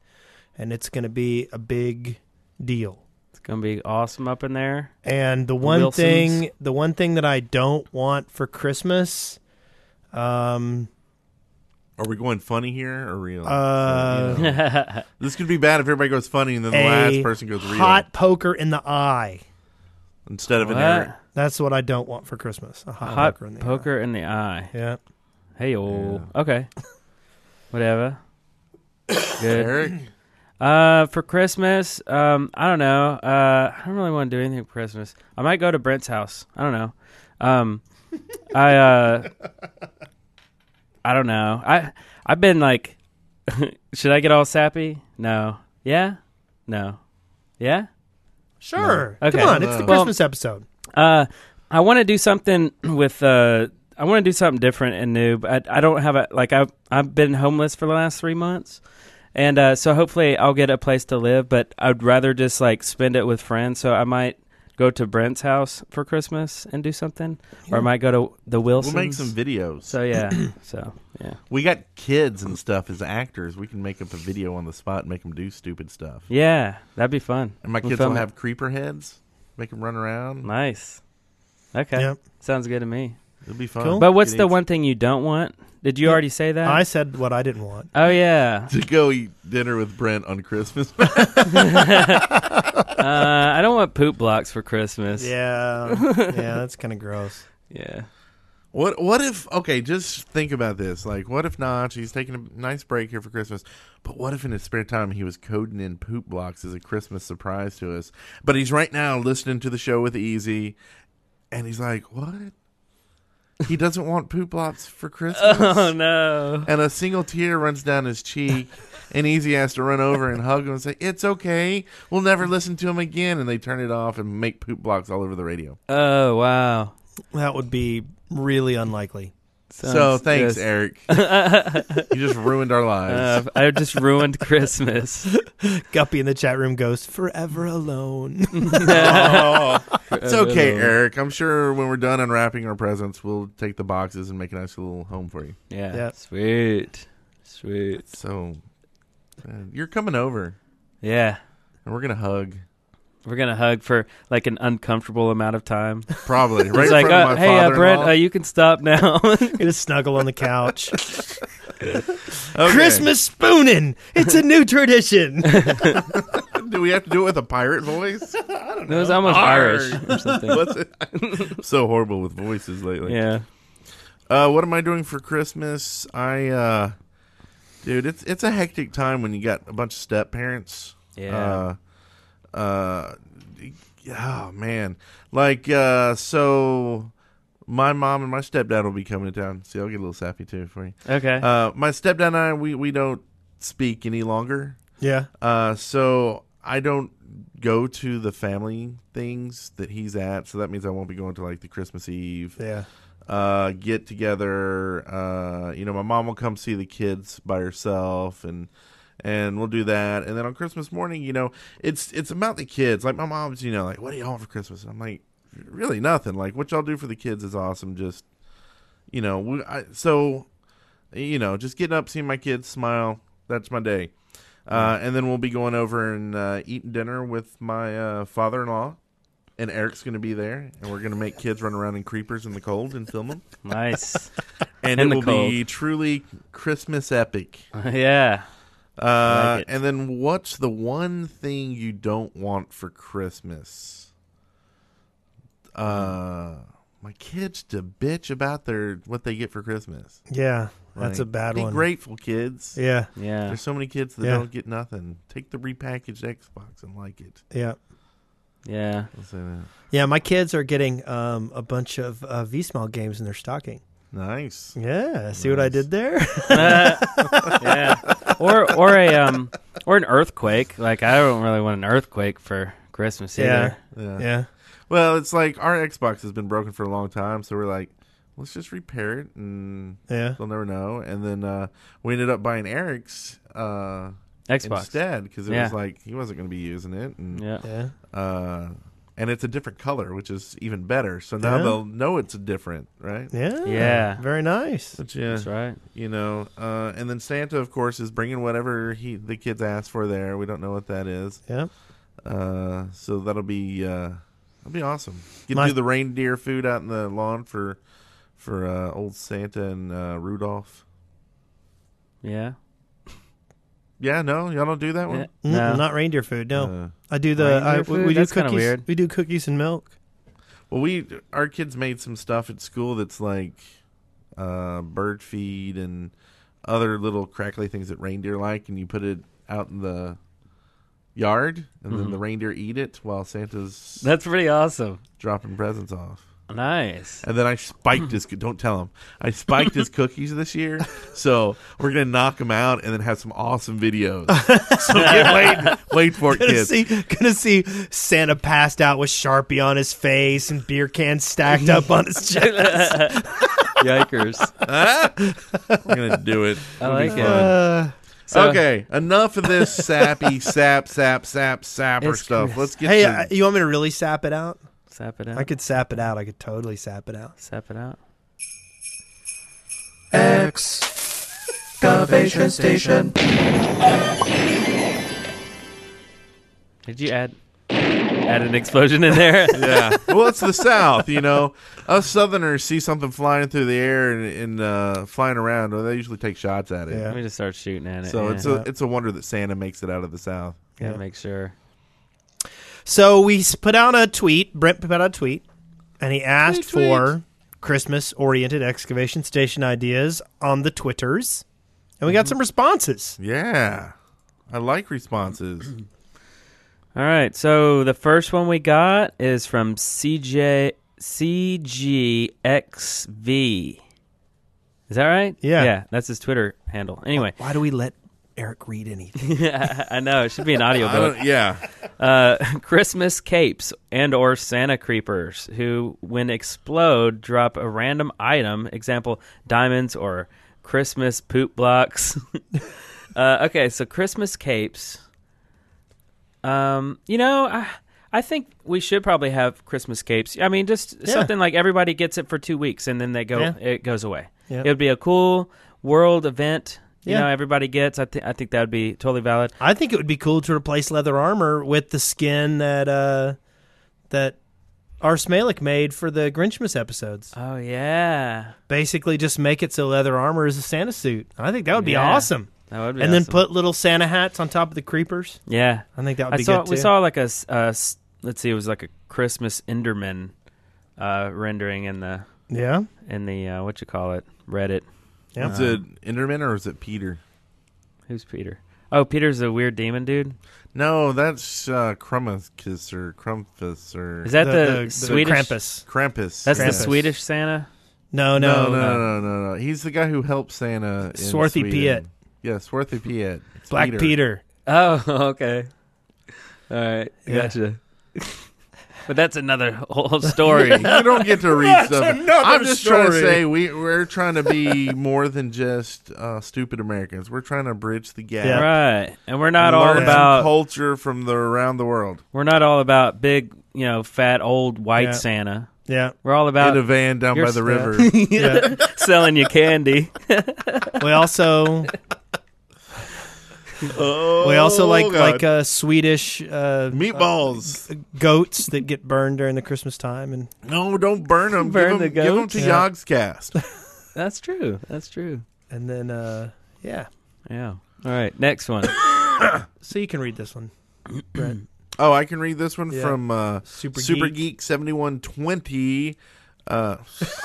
and it's gonna be a big deal. It's gonna be awesome up in there. And the one Wilsons. thing, the one thing that I don't want for Christmas, um, Are we going funny here or real? Uh, So, you know. this could be bad if everybody goes funny and then Oh, the a last person goes real hot poker in the eye. instead of an What? Eric. That's what I don't want for Christmas. A hot, Hot poker in the eye. poker in the eye. Yeah. Hey, oh, okay, whatever. Good. Eric, Uh, for Christmas, um, I don't know. Uh, I don't really want to do anything for Christmas. I might go to Brent's house. I don't know. Um, I uh, I don't know. I I've been like, should I get all sappy? No. Yeah. No. Yeah. Sure. Okay. Come on, it's the Well- Christmas episode. Uh, I want to do something with. Uh, I want to do something different and new. But I, I don't have a like. I I've been homeless for the last three months, and uh, so hopefully I'll get a place to live. But I'd rather just like spend it with friends. So I might go to Brent's house for Christmas and do something, or I might go to the We'll Wilsons. make some videos. So yeah. so yeah. We got kids and stuff as actors. We can make up a video on the spot and make them do stupid stuff. Yeah, that'd be fun. And my We'll kids film will it. have creeper heads. Make them run around. nice. Okay. Yep. Sounds good to me. It'll be fun. Cool. But what's It the is- one thing you don't want? Did you already say that? I said what I didn't want. oh yeah. to go eat dinner with Brent on Christmas? Uh, I don't want poop blocks for Christmas. Yeah. yeah, that's kind of gross. Yeah. What what if okay, just think about this. Like what if not? He's taking a nice break here for Christmas. But what if in his spare time he was coding in poop blocks as a Christmas surprise to us? But he's right now listening to the show with Easy and he's like, "What? He doesn't want poop blocks for Christmas?" Oh no. And a single tear runs down his cheek. and Easy has to run over and hug him and say, "It's okay. We'll never listen to him again." And they turn it off and make poop blocks all over the radio. Oh wow. That would be really unlikely. so Sounds thanks, just- Eric. you just ruined our lives. Uh, I just ruined Christmas. Guppy in the chat room goes forever alone. Uh, It's okay, Eric. I'm sure when we're done unwrapping our presents, we'll take the boxes and make a nice little home for you. Yeah. Yeah. Sweet. Sweet. So uh, you're coming over, Yeah. and we're gonna hug. We're gonna hug for like an uncomfortable amount of time. Probably right It's in like, front uh, of my hey, uh, father-in-law. Brent, uh, you can stop now. Gonna snuggle on the couch. Okay. Christmas spooning. It's a new tradition. uh, Do we have to do it with a pirate voice? it was almost Irish or something. What's it? I'm so horrible with voices lately. yeah. Uh, what am I doing for Christmas? I, uh, dude, it's it's a hectic time when you got a bunch of step parents. Yeah. Uh, uh, oh man, like uh, so, my mom and my stepdad will be coming to town. See, I'll get a little sappy too for you. Okay. Uh, my stepdad and I, we we don't speak any longer. yeah. Uh, so I don't go to the family things that he's at. So that means I won't be going to like the Christmas Eve Yeah. uh, get together. Uh, you know, my mom will come see the kids by herself, and and we'll do that. And then on Christmas morning, you know, it's it's about the kids. Like my mom's, you know, like what do y'all want for Christmas? And I'm like, really nothing. Like what y'all do for the kids is awesome. Just you know, we, I, so you know, just getting up, seeing my kids smile. That's my day. Uh, and then we'll be going over and uh, eating dinner with my uh, father-in-law, and Eric's going to be there, and we're going to make kids run around in creepers in the cold and film them. nice. And In it the will be truly Christmas epic. yeah. Uh, it. And then, what's the one thing you don't want for Christmas? Uh, my kids to bitch about their what they get for Christmas. Yeah. That's Like, a bad be one. grateful, kids. Yeah. Yeah. There's so many kids that Yeah. don't get nothing. Take the repackaged Xbox and like it. Yeah. Yeah. I'll say that. Yeah. My kids are getting um, a bunch of uh, VSmall games in their stocking. Nice. Yeah. See what I did there? yeah. Or or a um or an earthquake. Like I don't really want an earthquake for Christmas Yeah. either. Yeah. yeah. Well, it's like our Xbox has been broken for a long time, so we're like, let's just repair it and Yeah. they'll never know. And then uh, we ended up buying Eric's uh, Xbox. instead because it Yeah. was like he wasn't going to be using it, and Yeah. Yeah. uh, and it's a different color, which is even better. So now Yeah. they'll know it's different, right? Yeah. Yeah. Very nice. But yeah, That's right. you know, uh, and then Santa, of course, is bringing whatever he the kids ask for there. We don't know what that is, Yeah. uh, so that'll be uh, that'll be awesome. Get My- to do the reindeer food out in the lawn for for uh, old Santa and uh, Rudolph. Yeah. Yeah, no, y'all don't do that one. Mm, Yeah. No. Not reindeer food. No. Uh, I do the. I, Reindeer we, we food? do That's kinda cookies. weird. We do cookies and milk. Well, we our kids made some stuff at school that's like uh, bird feed and other little crackly things that reindeer like, and you put it out in the yard, and then the reindeer eat it while Santa's That's pretty awesome. dropping presents off. Nice. And then I spiked his. Don't tell him. I spiked his cookies this year, so we're gonna knock him out and then have some awesome videos. so get wait, wait for it, Gonna kids. see, gonna see Santa passed out with Sharpie on his face and beer cans stacked up on his chest. Yikers. We're gonna do it. I like it. uh, So- Okay, enough of this sappy sap sap sap sapper It's stuff. gross. Let's get Hey, to- uh, you want me to really sap it out? Sap it out. I could sap it out. I could totally sap it out. Sap it out. Excavation station. Did you add add an explosion in there? yeah. Well, it's the South, you know. Us Southerners see something flying through the air and, and uh, flying around. Well, they usually take shots at it. Yeah. Let me just start shooting at it. So yeah. it's a it's a wonder that Santa makes it out of the South. gotta make sure. So we s- put out a tweet. Brent put out a tweet, and he asked for Christmas-oriented excavation station ideas on the Twitters, and we got some responses. Yeah, I like responses. All right. So the first one we got is from CJ CGXV. Is that right? Yeah. Yeah, that's his Twitter handle. Anyway, Why do we let Eric read anything? I know it should be an I audiobook. don't, yeah, Uh, Christmas capes and or Santa creepers who when explode drop a random item, example diamonds or Christmas poop blocks. uh, okay, so Christmas capes. Um, you know, I I think we should probably have Christmas capes. I mean, just something like everybody gets it for 2 weeks and then they go Yeah. it goes away. Yeah. It would be a cool world event. You Yeah. know, everybody gets. I think I think that would be totally valid. I think it would be cool to replace leather armor with the skin that uh, that Ars Malik made for the Grinchmas episodes. Oh yeah. Basically, just make it so leather armor is a Santa suit. I think that would be Yeah. awesome. That would be And then awesome. put little Santa hats on top of the creepers. Yeah, I think that would I be saw good we too. saw like a s- uh, s- let's see, it was like a Christmas Enderman uh, rendering in the yeah. Uh, in the uh, what you call it Reddit. is it Enderman or is it Peter? Who's Peter? Oh, Peter's a weird demon dude. No, that's uh, Krumpus or Krumpus or Is that The- the, the- the Swedish? Krampus. Krampus? That's the Krampus. Swedish Santa. No, No, no, no, no, no, no, no. He's the guy who helped Santa. In Swarthy Sweden. Piet. Yeah, Swarthy Piet. It's Black Peter. Oh, okay. All right, Yeah. gotcha. but that's another whole story. You don't get to read stuff. another I'm just trying to story. say we we're trying to be more than just uh, stupid Americans. We're trying to bridge the gap. Yeah. right, and we're not Learn all some about culture from the around the world we're not all about big, you know, fat old white Yeah. Santa. Yeah. We're all Uh, in a about van down you're by the s- river. yeah. selling you candy. we also oh, we also like God. like uh, Swedish uh, meatballs. goats that get burned during the Christmas time and no, don't burn them. Burn give the them, give 'em goats? to Yeah. Yogg's cast. That's true. That's true. and then uh, yeah. Yeah. All right. Next one. So you can read this one. Oh, I can read this one Yeah. from uh, Super Super Geek. Geek seventy one twenty. Uh,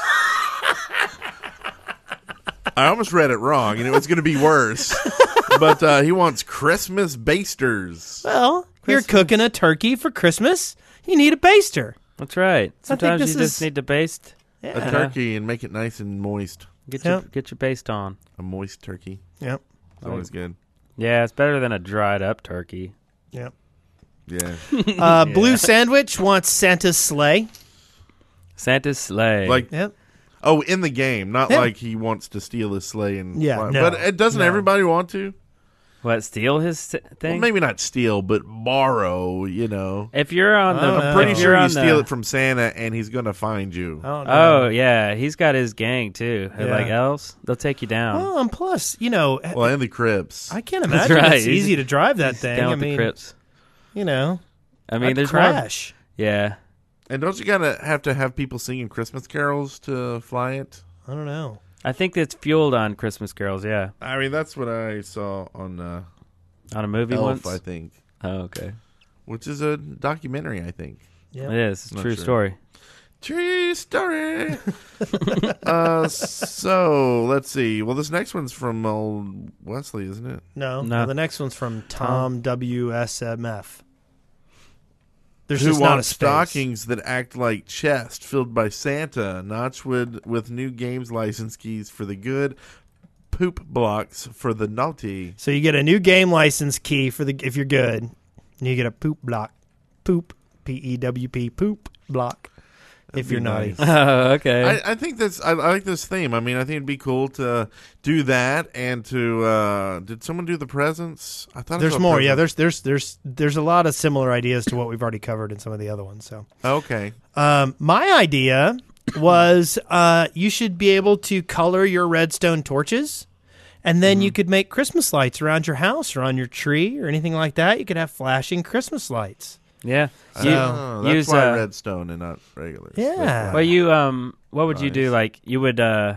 I almost read it wrong, and it was going to be worse. but uh, he wants Christmas basters. Well, you're cooking a turkey for Christmas. You need a baster. That's right. think Sometimes you this just is- need to baste. a Uh-huh. turkey and make it nice and moist. Get Yeah. your get your baste on. A moist turkey. Yep. It's always good. Yeah, it's better than a dried up turkey. Yep. Yeah. Uh, Blue Sandwich wants Santa's sleigh. Santa's sleigh. like Yep. oh, in the game, not Yeah. like he wants to steal his sleigh and Yeah, fly- no, but it doesn't everybody want to? what? Steal his s- Well, thing? maybe not steal, but borrow, you know. if you're on the, I'm if Pretty you're sure you on the- steal it from Santa and he's going to find you. I don't know. Oh yeah, he's got his gang too. They're Yeah. Like elves, they'll take you down. Well, Oh, and plus, you know, Well, and the Crips. I can't imagine right. it's easy to drive that thing. down I with mean, the Crips. you know, I I mean, mean, there's more. crash. Yeah, and don't you got to have to have people singing Christmas carols to fly it? I don't know. I think it's fueled on Christmas carols. Yeah, I mean, that's what I saw on uh, on a movie Elf, once. I think, oh okay, which is a documentary, I think. Yep. it is. It's a Not true sure. story. True story. uh, so let's see. Well, this next one's from old Wesley, isn't it? No, No. The next one's from Tom WSMF. There's who just want not a space. stockings that act like chest filled by Santa, Notchwood with new games license keys for the good, poop blocks for the naughty. So you get a new game license key for the if you're good, and you get a poop block, poop p e w p poop block if you're naughty. Oh, I, I think that's I, I like this theme. I mean, I think it'd be cool to do that and to uh did someone do the presents? I thought I there's saw more. Yeah, presents. there's there's there's there's a lot of similar ideas to what we've already covered in some of the other ones. So Okay. Um, my idea was uh, you should be able to color your redstone torches, and then you could make Christmas lights around your house or on your tree or anything like that. You could have flashing Christmas lights. Yeah. Oh, You- that's use, why uh, redstone and not regular. Yeah. Well, you um, what would you do? Nice. Like you would uh,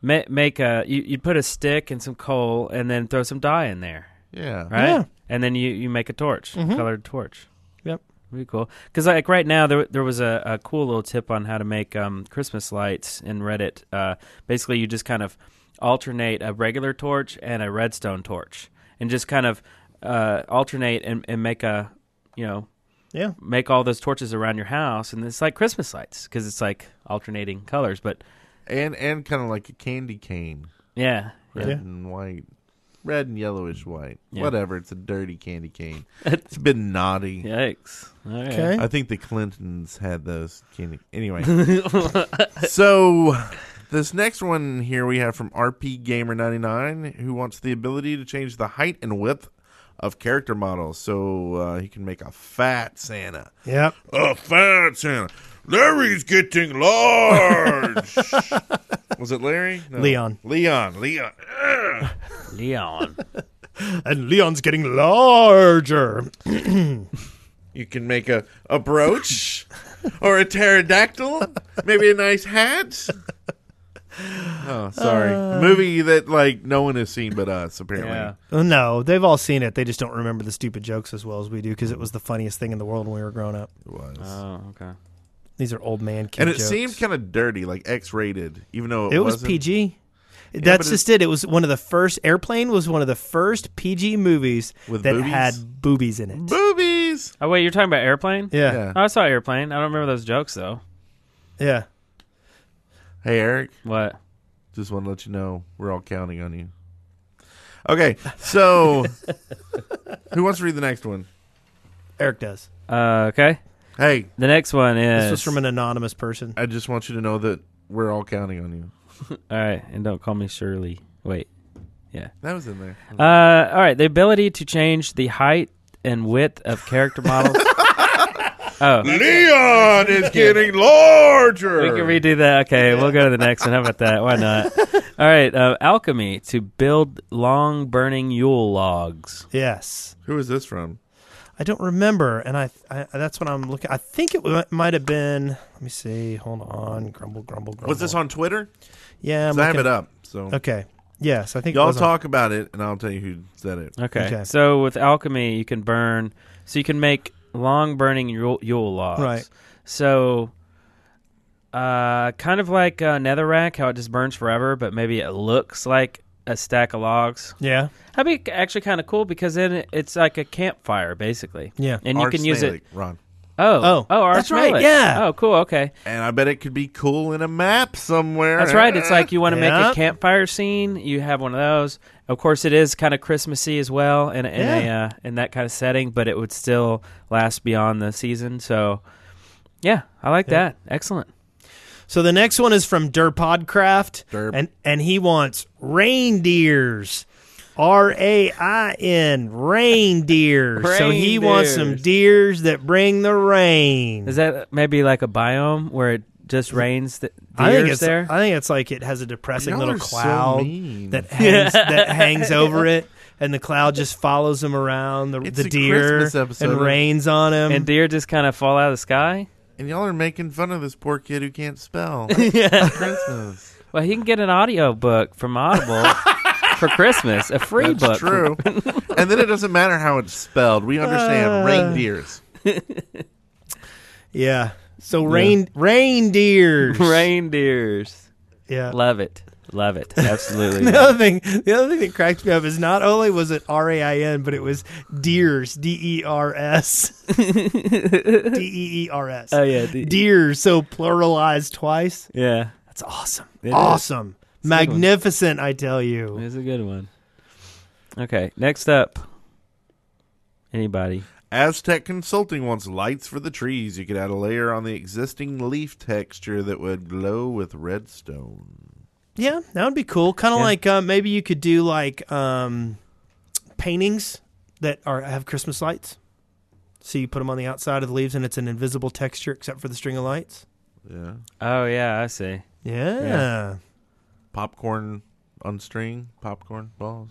ma- make a you you'd put a stick and some coal and then throw some dye in there. Yeah. Right. Yeah. And then you you make a torch, Mhm. colored torch. Yep. Pretty cool. Because like right now there there was a, a cool little tip on how to make um, Christmas lights in Reddit. Uh, basically, you just kind of alternate a regular torch and a redstone torch, and just kind of uh, alternate and, and make a you know Yeah. make all those torches around your house, and it's like Christmas lights because it's like alternating colors. But And and kind of like a candy cane. yeah, Red yeah. and white. Red and yellowish white. Yeah. Whatever. It's a dirty candy cane. it's been naughty. yikes. All right. Okay. I think the Clintons had those candy. Anyway, so this next one here we have from RP Gamer ninety nine, who wants the ability to change the height and width of character models, so uh, he can make a fat Santa. Yep. A fat Santa. Larry's getting large. Was it Larry? No. Leon. Leon. Leon. Ugh. Leon. And Leon's getting larger. You can make a, a brooch or a pterodactyl, maybe a nice hat. Oh, sorry. Movie that like no one has seen but us apparently. yeah. Oh, no, they've all seen it. They just don't remember the stupid jokes as well as we do because it was the funniest thing in the world when we were growing up. It was. Oh, okay. These are old man kids. and it seemed kind of dirty, like X-rated, even though it, It was wasn't. PG. That's but just it. It was one of the first. Airplane was one of the first PG movies With that boobies? had boobies in it. Boobies. Oh wait, you're talking about airplane? Yeah. Yeah. Oh, I saw airplane. I don't remember those jokes though. Yeah. Hey Eric, What? just want to let you know we're all counting on you. Okay, so who wants to read the next one? Eric does. Uh, okay. Hey, The next one is. This was from an anonymous person. I just want you to know that we're all counting on you. all right, and don't call me Shirley. Wait. That was in there. Uh, all right. The ability to change the height and width of character models. oh, Leon is getting larger. we can redo that. Okay, we'll go to the next one. How about that? Why not? All right. Uh, alchemy to build long burning Yule logs. Yes. Who is this from? I don't remember, and I, I that's what I'm looking. I think it w- might have been. Let me see. Hold on. Grumble, grumble, grumble. Was this on Twitter? Yeah, I'm 'Cause I have looking- it up. So Okay. Yes, I think it y'all was on- talk about it, and I'll tell you who said it. Okay. Okay. So with alchemy, you can burn. So you can make long burning Yule, Yule logs. Right. So, uh, kind of like uh, Netherrack, how it just burns forever, but maybe it looks like a stack of logs. Yeah. That'd be actually kind of cool because then it- it's like a campfire basically. Yeah. And you can use it. Arch Snarlik, Ron. Oh. Oh, Oh. Arch that's right, Snarlik. yeah. Oh, cool. Okay. And I bet it could be cool in a map somewhere. That's right. It's like you want to make Yeah. a campfire scene. You have one of those. Of course, it is kind of Christmassy as well, in, in Yeah. a uh, in that kind of setting. But it would still last beyond the season. So, yeah, I like that. Excellent. So the next one is from Derpodcraft, Derp. and and he wants reindeers, R A I N reindeers. So he wants some Reindeers. deers that bring the rain. Is that maybe like a biome where it just rains th- I think deers it's um, there? I think it's like it has a depressing Y'all little are so cloud mean. that hangs that hangs over it, and the cloud just follows him around the, It's the a deer Christmas episode. and rains on him. and deer just kind of fall out of the sky. and y'all are making fun of this poor kid who can't spell. yeah. Christmas. Well, he can get an audio book from Audible for Christmas, a free book. That's true. and then it doesn't matter how it's spelled. We understand Uh. reindeers. yeah. So rain reindeers. Reindeers. Yeah. Love it. Love it. Absolutely. the other thing, the other thing that cracks me up is not only was it R A I N, but it was Deers, D E R S, D E E R S. Oh, yeah, the- Deer, so pluralized twice. Yeah. That's awesome. It is. awesome, It's a good one. magnificent, I tell you. It's a good one. Okay, next up. Anybody? Aztec Consulting wants lights for the trees. You could add a layer on the existing leaf texture that would glow with redstone. Yeah, that would be cool. Kind of like uh, maybe you could do like um, paintings that are have Christmas lights. So you put them on the outside of the leaves, and it's an invisible texture except for the string of lights. Yeah. Oh yeah, I see. Yeah, Popcorn on string, popcorn balls.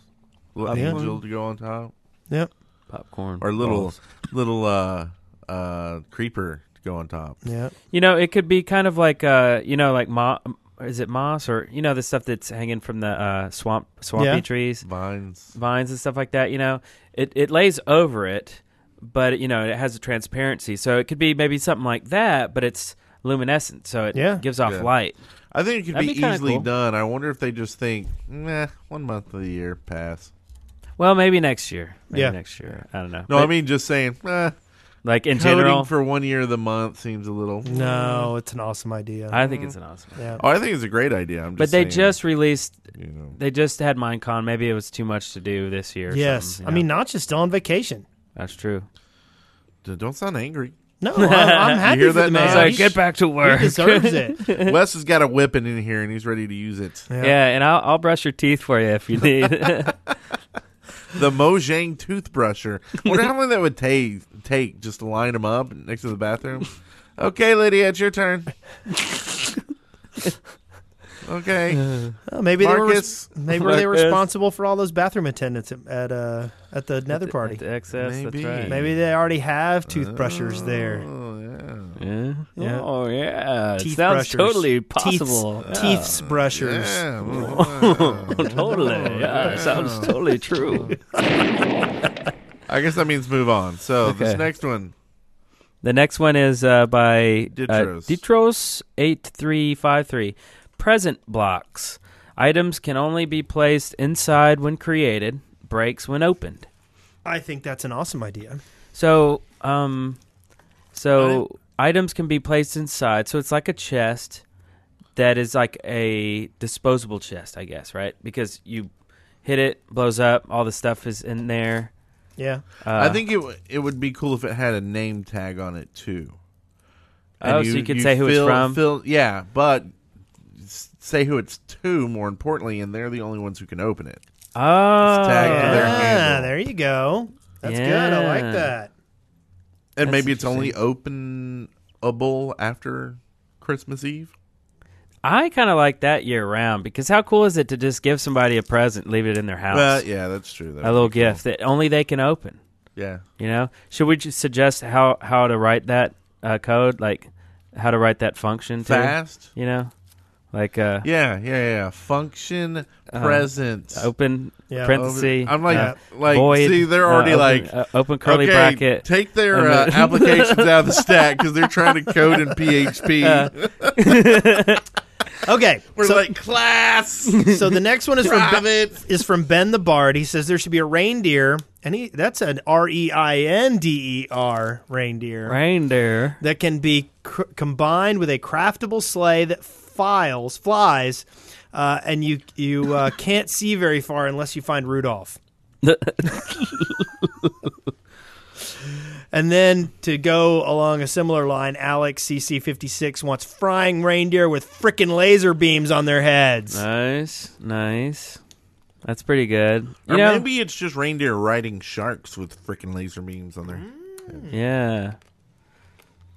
Little Yeah. angel to go on top. Yep. Popcorn Or little balls. little uh uh creeper to go on top. yeah. You know, it could be kind of like uh, you know, like mo- is it moss or you know the stuff that's hanging from the uh, swamp swampy Yeah. trees, Vines. vines and stuff like that. You know, it it lays over it, but you know it has a transparency, so it could be maybe something like that, but it's luminescent, so it Yeah. gives off Yeah. light. I think it could That'd be, be kinda easily cool. done. I wonder if they just think, nah, one month of the year pass. Well, maybe next year. Maybe Yeah. next year. I don't know. No, I But, mean just saying, eh, like in coding general, for one year of the month seems a little. No, it's an awesome idea. I think it's an awesome. yeah. Oh, I think it's a great idea. I'm just But they saying, just released. you know. They just had Minecon. Maybe it was too much to do this year. or Yes, something, I yeah. mean Notch is still on vacation. that's true. D- don't sound angry. No, I'm, I'm happy hear for that, the man. Notch? It's like He get sh- back to He work. deserves it. Wes has got a whipping in here, and he's ready to use it. Yeah. and I'll, I'll brush your teeth for you if you need. The Mojang toothbrusher. Wonder how long that would take. Take just to line him up next to the bathroom. Okay, Lydia, it's your turn. okay, Uh, Oh, maybe they were res- Marcus. maybe they were Marcus. responsible for all those bathroom attendants at- at uh at the Nether party. The excess, Maybe. That's right. Maybe they already have toothbrushers there. Oh yeah. Yeah. Yeah. Oh yeah. Teeth Sounds brushers. totally Teeth- possible. Teeth's brushers. Yeah, Oh, totally. Yeah. Sounds totally true. I guess that means move on. So this Okay. next one, The next one is uh, by Ditros. Uh, Ditros eight three five three. Present blocks. Items can only be placed inside when created. Breaks when opened. I think that's an awesome idea. So, um, so items can be placed inside. So it's like a chest that is like a disposable chest, I guess, right? Because you hit it, blows up, all the stuff is in there. Yeah. Uh, I think it w- it would be cool if it had a name tag on it too. Oh, so you could say who it's fill- from? fill- yeah, but s- say who it's to. More importantly, and they're the only ones who can open it. Oh, tagged to their Ah, handle. there you go. That's good. I Yeah. like that. And That's maybe it's only openable after Christmas Eve. I kind of like that year round because how cool is it to just give somebody a present, leave it in their house, Well, yeah, that's true. That a would little be cool. gift that only they can open. Yeah. You know, should we just suggest how how to write that uh, code, like how to write that function? too? Fast. you know like uh Yeah, yeah, yeah. Function present. open Yeah. parenthesis I'm like, Uh-huh. Oh, uh, like, void, see, they're uh, already open- like, uh, open curly okay, bracket Take their and uh, then- applications out of the stack because they're trying to code in PHP. Uh, Okay. We're so, like class. so the next one is from ben, Private. is from Ben the Bard. He says there should be a reindeer, and he that's an R E I N D E R reindeer reindeer that can be cr- combined with a craftable sleigh that files flies, uh, and you you uh, can't see very far unless you find Rudolph. And then to go along a similar line, Alex CC56 wants frying reindeer with frickin' laser beams on their heads. Uh, nice nice that's pretty good you or know maybe it's just reindeer riding sharks with freaking laser beams on their. Mm-hmm. yeah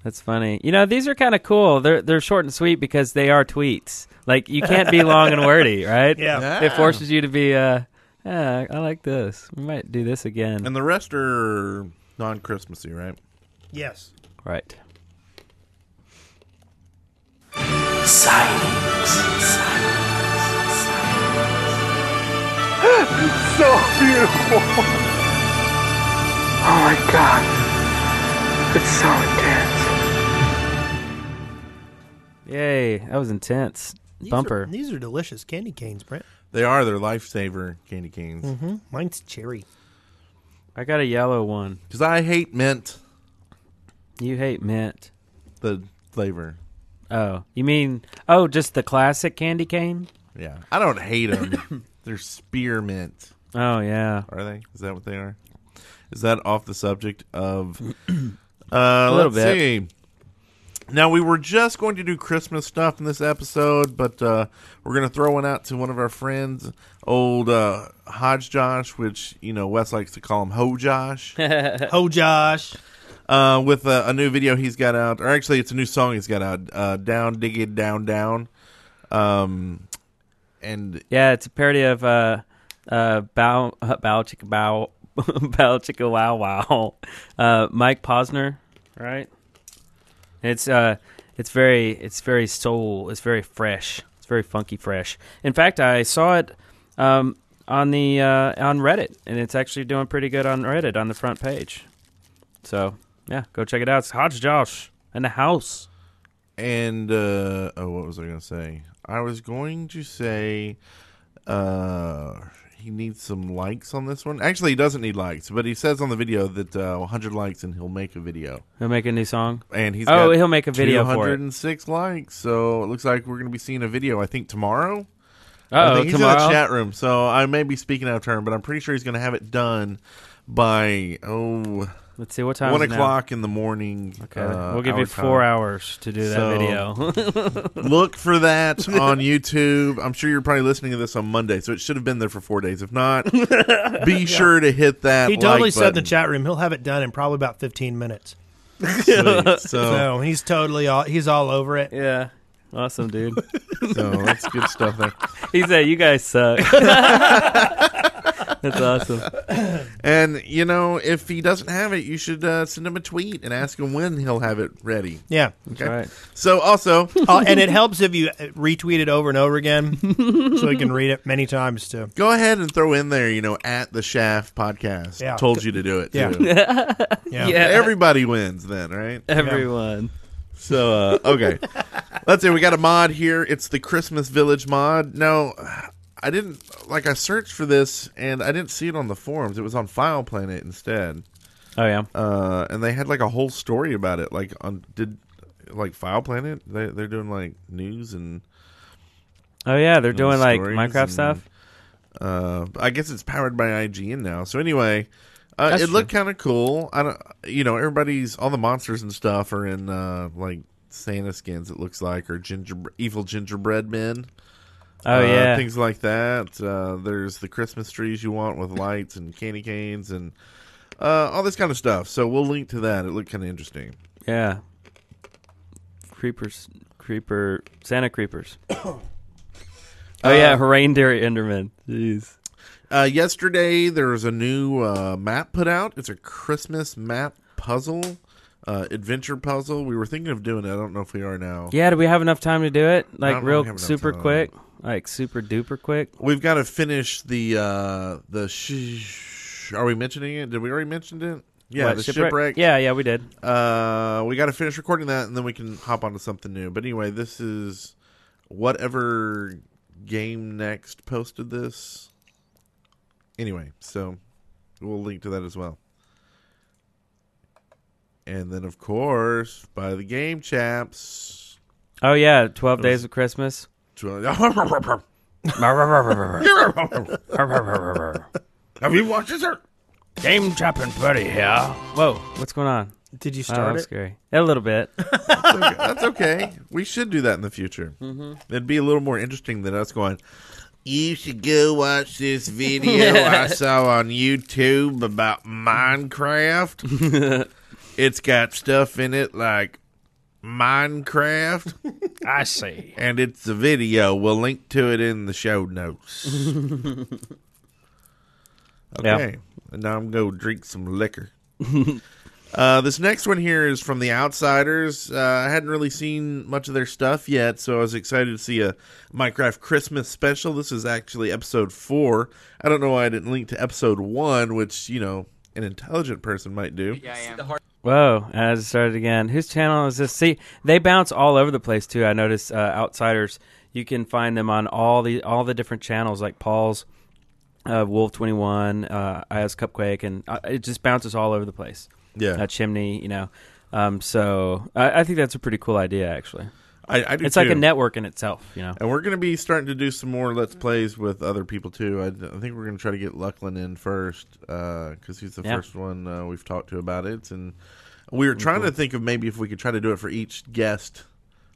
that's funny you know these are kind of cool they're they're short and sweet because they are tweets like you can't be long and wordy right Yeah. it forces you to be uh yeah, I like this. We might do this again. And the rest are non-Christmassy, right? Yes. right. So beautiful. Oh my god. It's so intense. Yay. That was intense. bumper. These are delicious candy canes, Brent. They are. They're lifesaver candy canes. Mm-hmm. Mine's cherry. I got a yellow one. Because I hate mint. You hate mint. The flavor. Oh, you mean oh, just the classic candy cane? Yeah. I don't hate them. They're spearmint. Oh yeah. Are they? Is that what they are? Is that off the subject of. Uh, little let's bit. see. Now we were just going to do Christmas stuff in this episode, but uh, we're going to throw one out to one of our friends, old uh, Hodge Josh, which you know Wes likes to call him Ho Josh. Ho Oh, Josh. Uh, with a, a new video he's got out, or actually, it's a new song he's got out. Uh, down, dig it down, down. Um, and Yeah, it's a parody of uh uh bow uh, bow chicka bow bow chicka wow wow. Uh Mike Posner, right? And it's uh it's very it's very soul, it's very fresh. It's very funky fresh. In fact, I saw it um on the uh on Reddit and it's actually doing pretty good on Reddit on the front page. So, yeah, go check it out. It's Hodge Josh in the house. And uh, oh, what was I going to say? I was going to say uh, he needs some likes on this one. Actually, he doesn't need likes, but he says on the video that uh, 100 likes and he'll make a video. He'll make a new song. And he's Oh, got he'll make a video for it. 206 likes, so it looks like we're going to be seeing a video. I think tomorrow. I Uh-oh, think he's in tomorrow? the chat room, so I may be speaking out of turn, but I'm pretty sure he's going to have it done by oh. Let's see, what time One is it now? o'clock in the morning. uh, Okay, we'll give you four hours to do that video. look for that on YouTube. I'm sure you're probably listening to this on Monday, so it should have been there for four days. If not, be sure to hit that. He totally like said in the button. chat room he'll have it done in probably about 15 minutes. Sweet. So he's totally all he's all over it. Yeah. Awesome, dude. so that's good stuff there. He said, "You guys suck." That's awesome. And you know, if he doesn't have it, you should uh, send him a tweet and ask him when he'll have it ready. Yeah. Okay. So also, Uh, and it helps if you uh, retweet it over and over again so you can read it many times too. Go ahead and throw in there, you know, at the Shaft podcast. Yeah. Told you to do it. Yeah. too. Yeah. Everybody wins then, right? Everyone. So, uh, okay. Let's see. We got a mod here. It's the Christmas Village mod. Now, I didn't, like, I searched for this and I didn't see it on the forums. It was on File Planet instead. Oh yeah. Uh, and they had, like, a whole story about it. Like, on, did, like, File Planet? They, they're doing, like, news and. Oh yeah, they're Little doing like stories Minecraft and, stuff. Uh, I guess it's powered by IGN now. So anyway, uh, it That's looked kind of cool. I don't, you know, everybody's all the monsters and stuff are in uh, like Santa skins. It looks like or ginger evil gingerbread men. Oh Uh, yeah. things like that. Uh, there's the Christmas trees you want with lights and candy canes and uh, all this kind of stuff. So we'll link to that. It looked kind of interesting. yeah. Creepers, creeper, Santa creepers. oh yeah, reindeer Enderman. Jeez. Uh, yesterday, there was a new uh, map put out. It's a Christmas map puzzle, uh, adventure puzzle. We were thinking of doing it. I don't know if we are now. Yeah, do we have enough time to do it? don't Like know, we have real enough super time. quick, like super duper quick. We've got to finish the uh, the. Sh- are we mentioning it? Did we already mention it? Yeah, What, the shipwreck. Yeah, yeah, we did. Uh, we got to finish recording that, and then we can hop onto something new. But anyway, this is whatever game next posted this. Anyway, so we'll link to that as well. And then, of course, by the game chaps. Oh yeah, twelve days of Christmas. Have you watched this? Game Chap and Buddy here. Whoa, what's going on? Did you Oh, that start was it? scary. A little bit. That's okay. We should do that in the future. It'd be a little more interesting than us going. You should go watch this video I saw on YouTube about Minecraft. it's got stuff in it like Minecraft, I see. and it's a video. We'll link to it in the show notes. Yeah. Okay. And now I'm going to drink some liquor. uh, this next one here is from The Outsiders. Uh, I hadn't really seen much of their stuff yet, so I was excited to see a Minecraft Christmas special. This is actually episode four. I don't know why I didn't link to episode one, which, you know, an intelligent person might do. Whoa, and I just started again. Whose channel is this? See, they bounce all over the place too. I noticed uh, Outsiders You can find them on all the all the different channels, like Paul's, uh, Wolf Twenty One, uh, IOS Cupquake, and uh, it just bounces all over the place. Yeah. uh, chimney, you know. Um, so I, I think that's a pretty cool idea, actually. I, I do it's like a too. network in itself, you know. And we're going to be starting to do some more Let's Plays with other people, too. I, I think we're going to try to get Luckland in first because he's the Yeah. first one uh, we've talked to about it. And we were trying to think of maybe if we could try to do it for each guest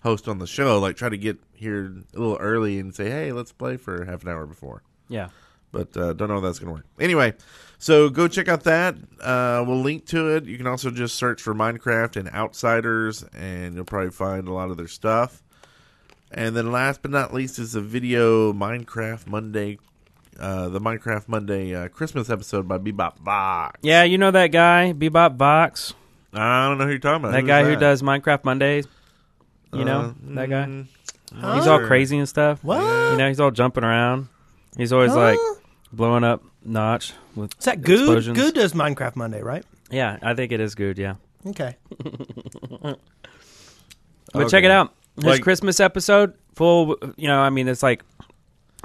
host on the show, like try to get here a little early and say, hey, let's play for half an hour before. Yeah. But uh, don't know if that's going to work. Anyway, so go check out that. Uh, we'll link to it. You can also just search for Minecraft and Outsiders, and you'll probably find a lot of their stuff. And then last but not least is the video Minecraft Monday, uh, the Minecraft Monday uh, Christmas episode by Bebop Box. Yeah, you know that guy, Bebop Vox, I don't know who you're talking about. that Who's guy who that? does Minecraft Mondays. You know Uh, that guy. mm, He's all sure. crazy and stuff. What? You know, he's all jumping around. He's always like blowing up Notch with Is that Good? explosions. Good does Minecraft Monday, right? Yeah, I think it is good. Yeah, Okay. but check it Okay. out. His Like- Christmas episode, full. You know, I mean, it's like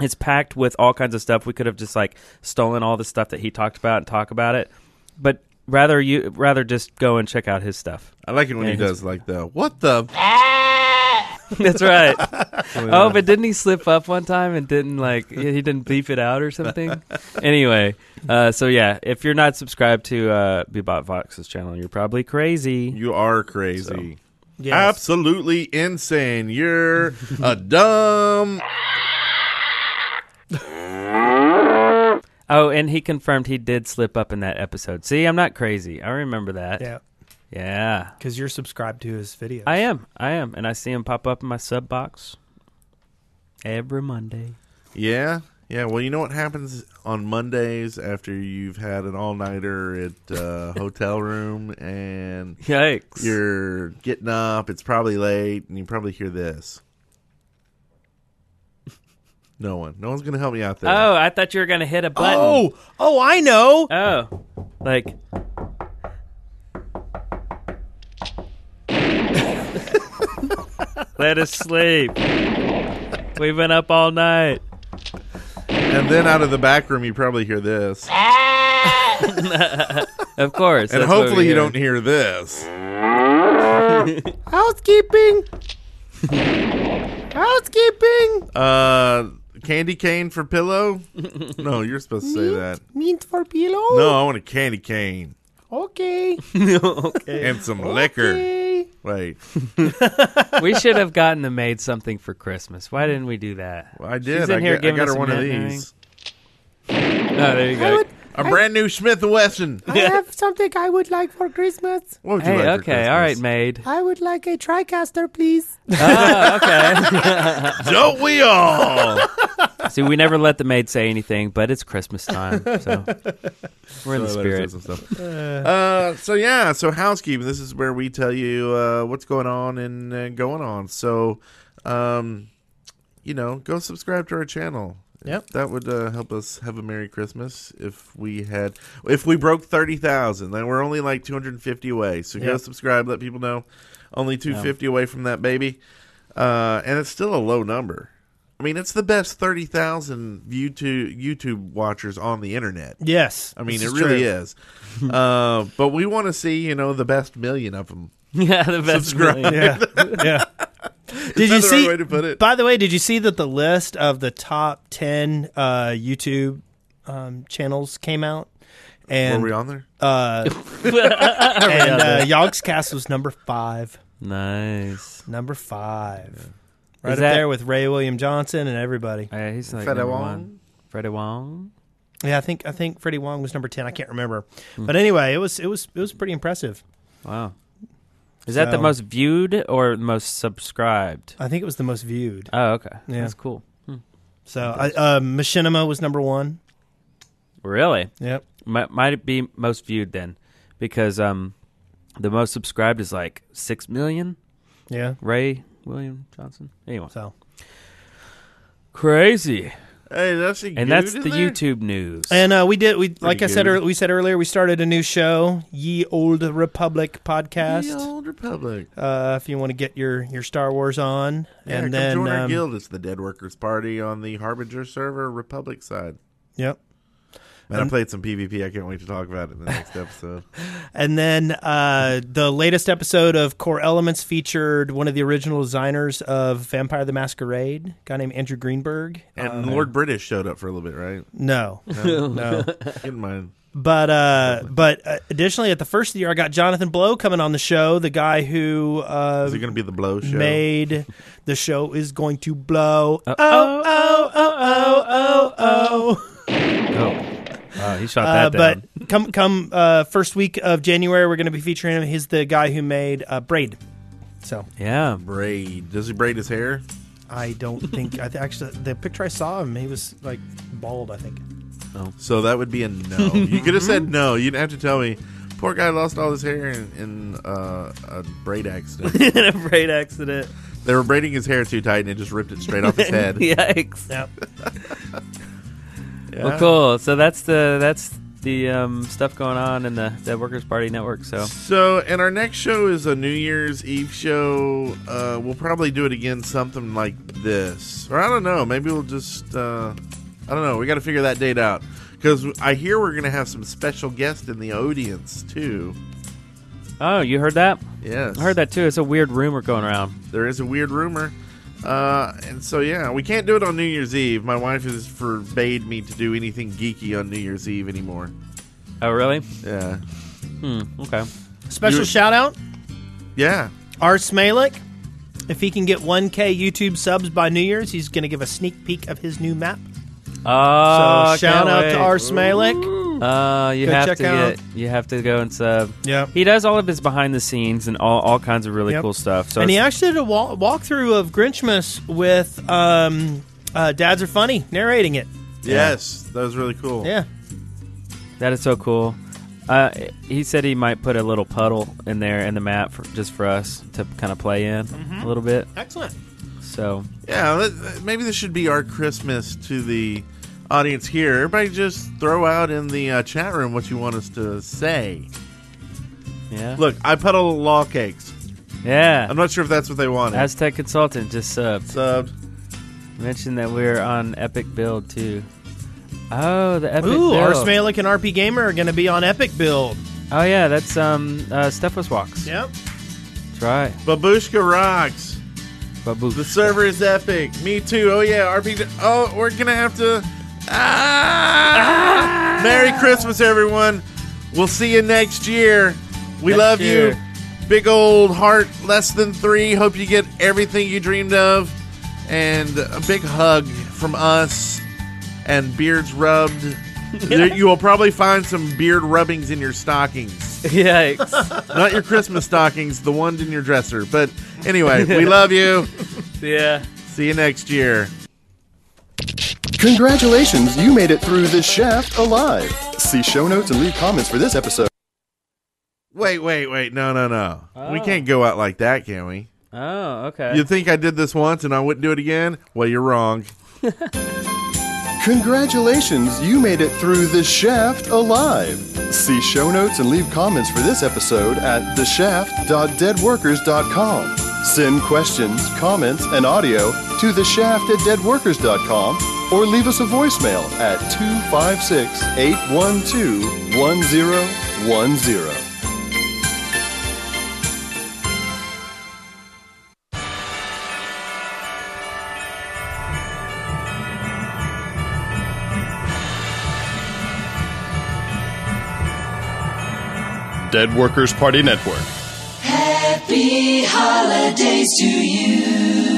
it's packed with all kinds of stuff. We could have just like stolen all the stuff that he talked about and talk about it, but rather you rather just go and check out his stuff. I like it when he And his- does like the what the That's right. Really oh, nice. but didn't he slip up one time and didn't like he didn't beef it out or something? anyway, uh, so yeah, if you're not subscribed to uh, Bebop Vox's channel, you're probably crazy. You are crazy. Yes. absolutely insane. You're a dumb. Oh, and he confirmed he did slip up in that episode. See, I'm not crazy. I remember that. Yeah. Yeah. Because you're subscribed to his videos. I am. I am, and I see him pop up in my sub box every Monday. Yeah, yeah. Well, you know what happens on Mondays after you've had an all nighter at uh, hotel room and Yikes. you're getting up. It's probably late, and you probably hear this. No one, no one's gonna help me out there. Oh, I thought you were gonna hit a button. Oh, oh, I know. Oh, like let us sleep. We've been up all night. And then out of the back room, you probably hear this, of course. and that's what we hopefully you hear. don't hear this. Housekeeping. Housekeeping. Uh, candy cane for pillow? no, you're supposed to say that. Means for pillow. No, I want a candy cane Okay. okay. and some liquor. Wait, we should have gotten the maid something for Christmas. Why didn't we do that? I did. She's in I here got- I giving got her us one of mentoring. these. Ah, Oh, there you go. a brand new Smith and Wesson. I have something I would like for Christmas. What would you hey, like for okay, all right, maid. I would like a TriCaster, please. Oh, okay. Don't we all? See, we never let the maid say anything, but it's Christmas time, so we're in the So I let her spirit. say some stuff. Uh, so yeah, so housekeeping. This is where we tell you uh, what's going on and uh, going on. So, um, you know, go subscribe to our channel. Yep. that would uh, help us have a Merry Christmas. If we had, if we broke thirty thousand, then we're only like two hundred and fifty away. So go Yep. subscribe. Let people know, only two fifty away from that baby, uh, and it's still a low number. I mean, it's the best thirty thousand YouTube YouTube watchers on the internet. Yes. I mean, this it really true. is. Uh, but we want to see, you know, the best million of them. Yeah, the best. Subscribe. maid. Yeah. yeah. Did that you the see? right way to put it? By the way, did you see that the list of the top ten uh, YouTube um, channels came out? And Were we on there? Uh, and uh, Yogscast was number five. Nice. Number five. Right Is up that- there with Ray William Johnson and everybody. Yeah, he's like Fede number Wong? one. Freddie Wong. Yeah, I think I think Freddie Wong was number ten. I can't remember, Hmm. but anyway, it was it was it was pretty impressive. Wow. Is that the So- most viewed or most subscribed? I think it was the most viewed. Oh, okay. Yeah. That's cool. So I, uh, Machinima was number one. Really? Yep. Might, might it be most viewed then? Because um, the most subscribed is like 6 million. Yeah. Ray William Johnson. Anyway. So Crazy. Hey, that's a And that's dude the in there? YouTube news. And uh, we did. We like I said. good. ear- We said earlier. We started a new show, Ye Old Republic podcast. Ye Old Republic. Uh, if you want to get your your Star Wars on, Yeah, and come then join our um, guild. It's the Dead Workers Party on the Harbinger server, Republic side. Yep. Man, Um, I played some PvP. I can't wait to talk about it in the next episode. And then uh, the latest episode of Core Elements featured one of the original designers of Vampire the Masquerade, a guy named Andrew Greenberg. And Uh, Lord British showed up for a little bit, right? No, no. Didn't mind. But uh, but uh, additionally, at the first of the year, I got Jonathan Blow coming on the show. The guy who uh, Is it going to be the blow show? made the show is going to blow. oh, oh, oh, oh, oh. Wow, Oh. he shot Uh, that down. but come come uh, first week of January, we're going to be featuring him. He's the guy who made uh, Braid. So yeah, braid. Does he braid his hair? I don't think I th- actually the picture I saw him, he was like bald. I think. So that would be a no. you could have said no. You didn't have to tell me. Poor guy lost all his hair in, in uh, a braid accident. in a braid accident. they were braiding his hair too tight, and it just ripped it straight off his head. Yikes. Yep. Well, cool. So that's the that's the um, stuff going on in the Dead Workers Party Network. So So, and our next show is a New Year's Eve show. Uh, we'll probably do it again, something like this, or I don't know. Maybe we'll just, uh, I don't know. We got to figure that date out because I hear we're gonna have some special guests in the audience too. oh, you heard that? Yes. I heard that too. It's a weird rumor going around. There is a weird rumor. Uh, and so yeah, we can't do it on New Year's Eve. My wife has forbade me to do anything geeky on New Year's Eve anymore. Oh, really? Yeah, Hmm. Okay. Special You- shout out yeah. R. Smalik. If he can get 1K YouTube subs by New Year's, he's going to give a sneak peek of his new map. Oh, so shout can't out wait. to R. Smalik. Uh, you Go have check to out- get, you have to go and sub. Yeah. He does all of his behind the scenes and all, all kinds of really Yep. cool stuff. So and he it's- actually did a walk- walkthrough of Grinchmas with um, uh, Dads Are Funny narrating it. Yes, that was really cool. Yeah. that is so cool. Uh, he said he might put a little puddle in there in the map for, just for us to kind of play in Mm-hmm. a little bit. Excellent. So Yeah, that- that, maybe this should be our Christmas to the audience here. Everybody just throw out in the uh, chat room what you want us to say. yeah, Look, I puddle law cakes. yeah. I'm not sure if that's what they wanted. Aztec Consultant just subbed. Subbed. Mentioned that we're on Epic Build too. Oh, the Epic Ooh, R. Build. Smalik and RP Gamer are going to be on Epic Build. oh yeah, that's um uh, Stephos Walks. Yep. That's right. Babushka rocks. Babu. The server is epic. Me too. Oh yeah, RPG. Oh, we're gonna have to. Ah! Merry Christmas, everyone. We'll see you next year. We Next love year. you. Big old heart, less than three. Hope you get everything you dreamed of, and a big hug from us. And beards rubbed. There- you will probably find some beard rubbings in your stockings Yikes. not your Christmas stockings, the ones in your dresser. But anyway, we love you. yeah. See you next year. Congratulations, you made it through the shaft alive. See show notes and leave comments for this episode. Wait, wait, wait. No, no, no. We can't go out like that, can we? Oh, okay. You think I did this once and I wouldn't do it again? Well, you're wrong. Congratulations, you made it through the shaft alive. See show notes and leave comments for this episode at theshaft.deadworkers.com. Send questions, comments, and audio to theshaft at deadworkers.com or leave us a voicemail at 256 812 1010. Dead Workers Party Network. Happy holidays to you.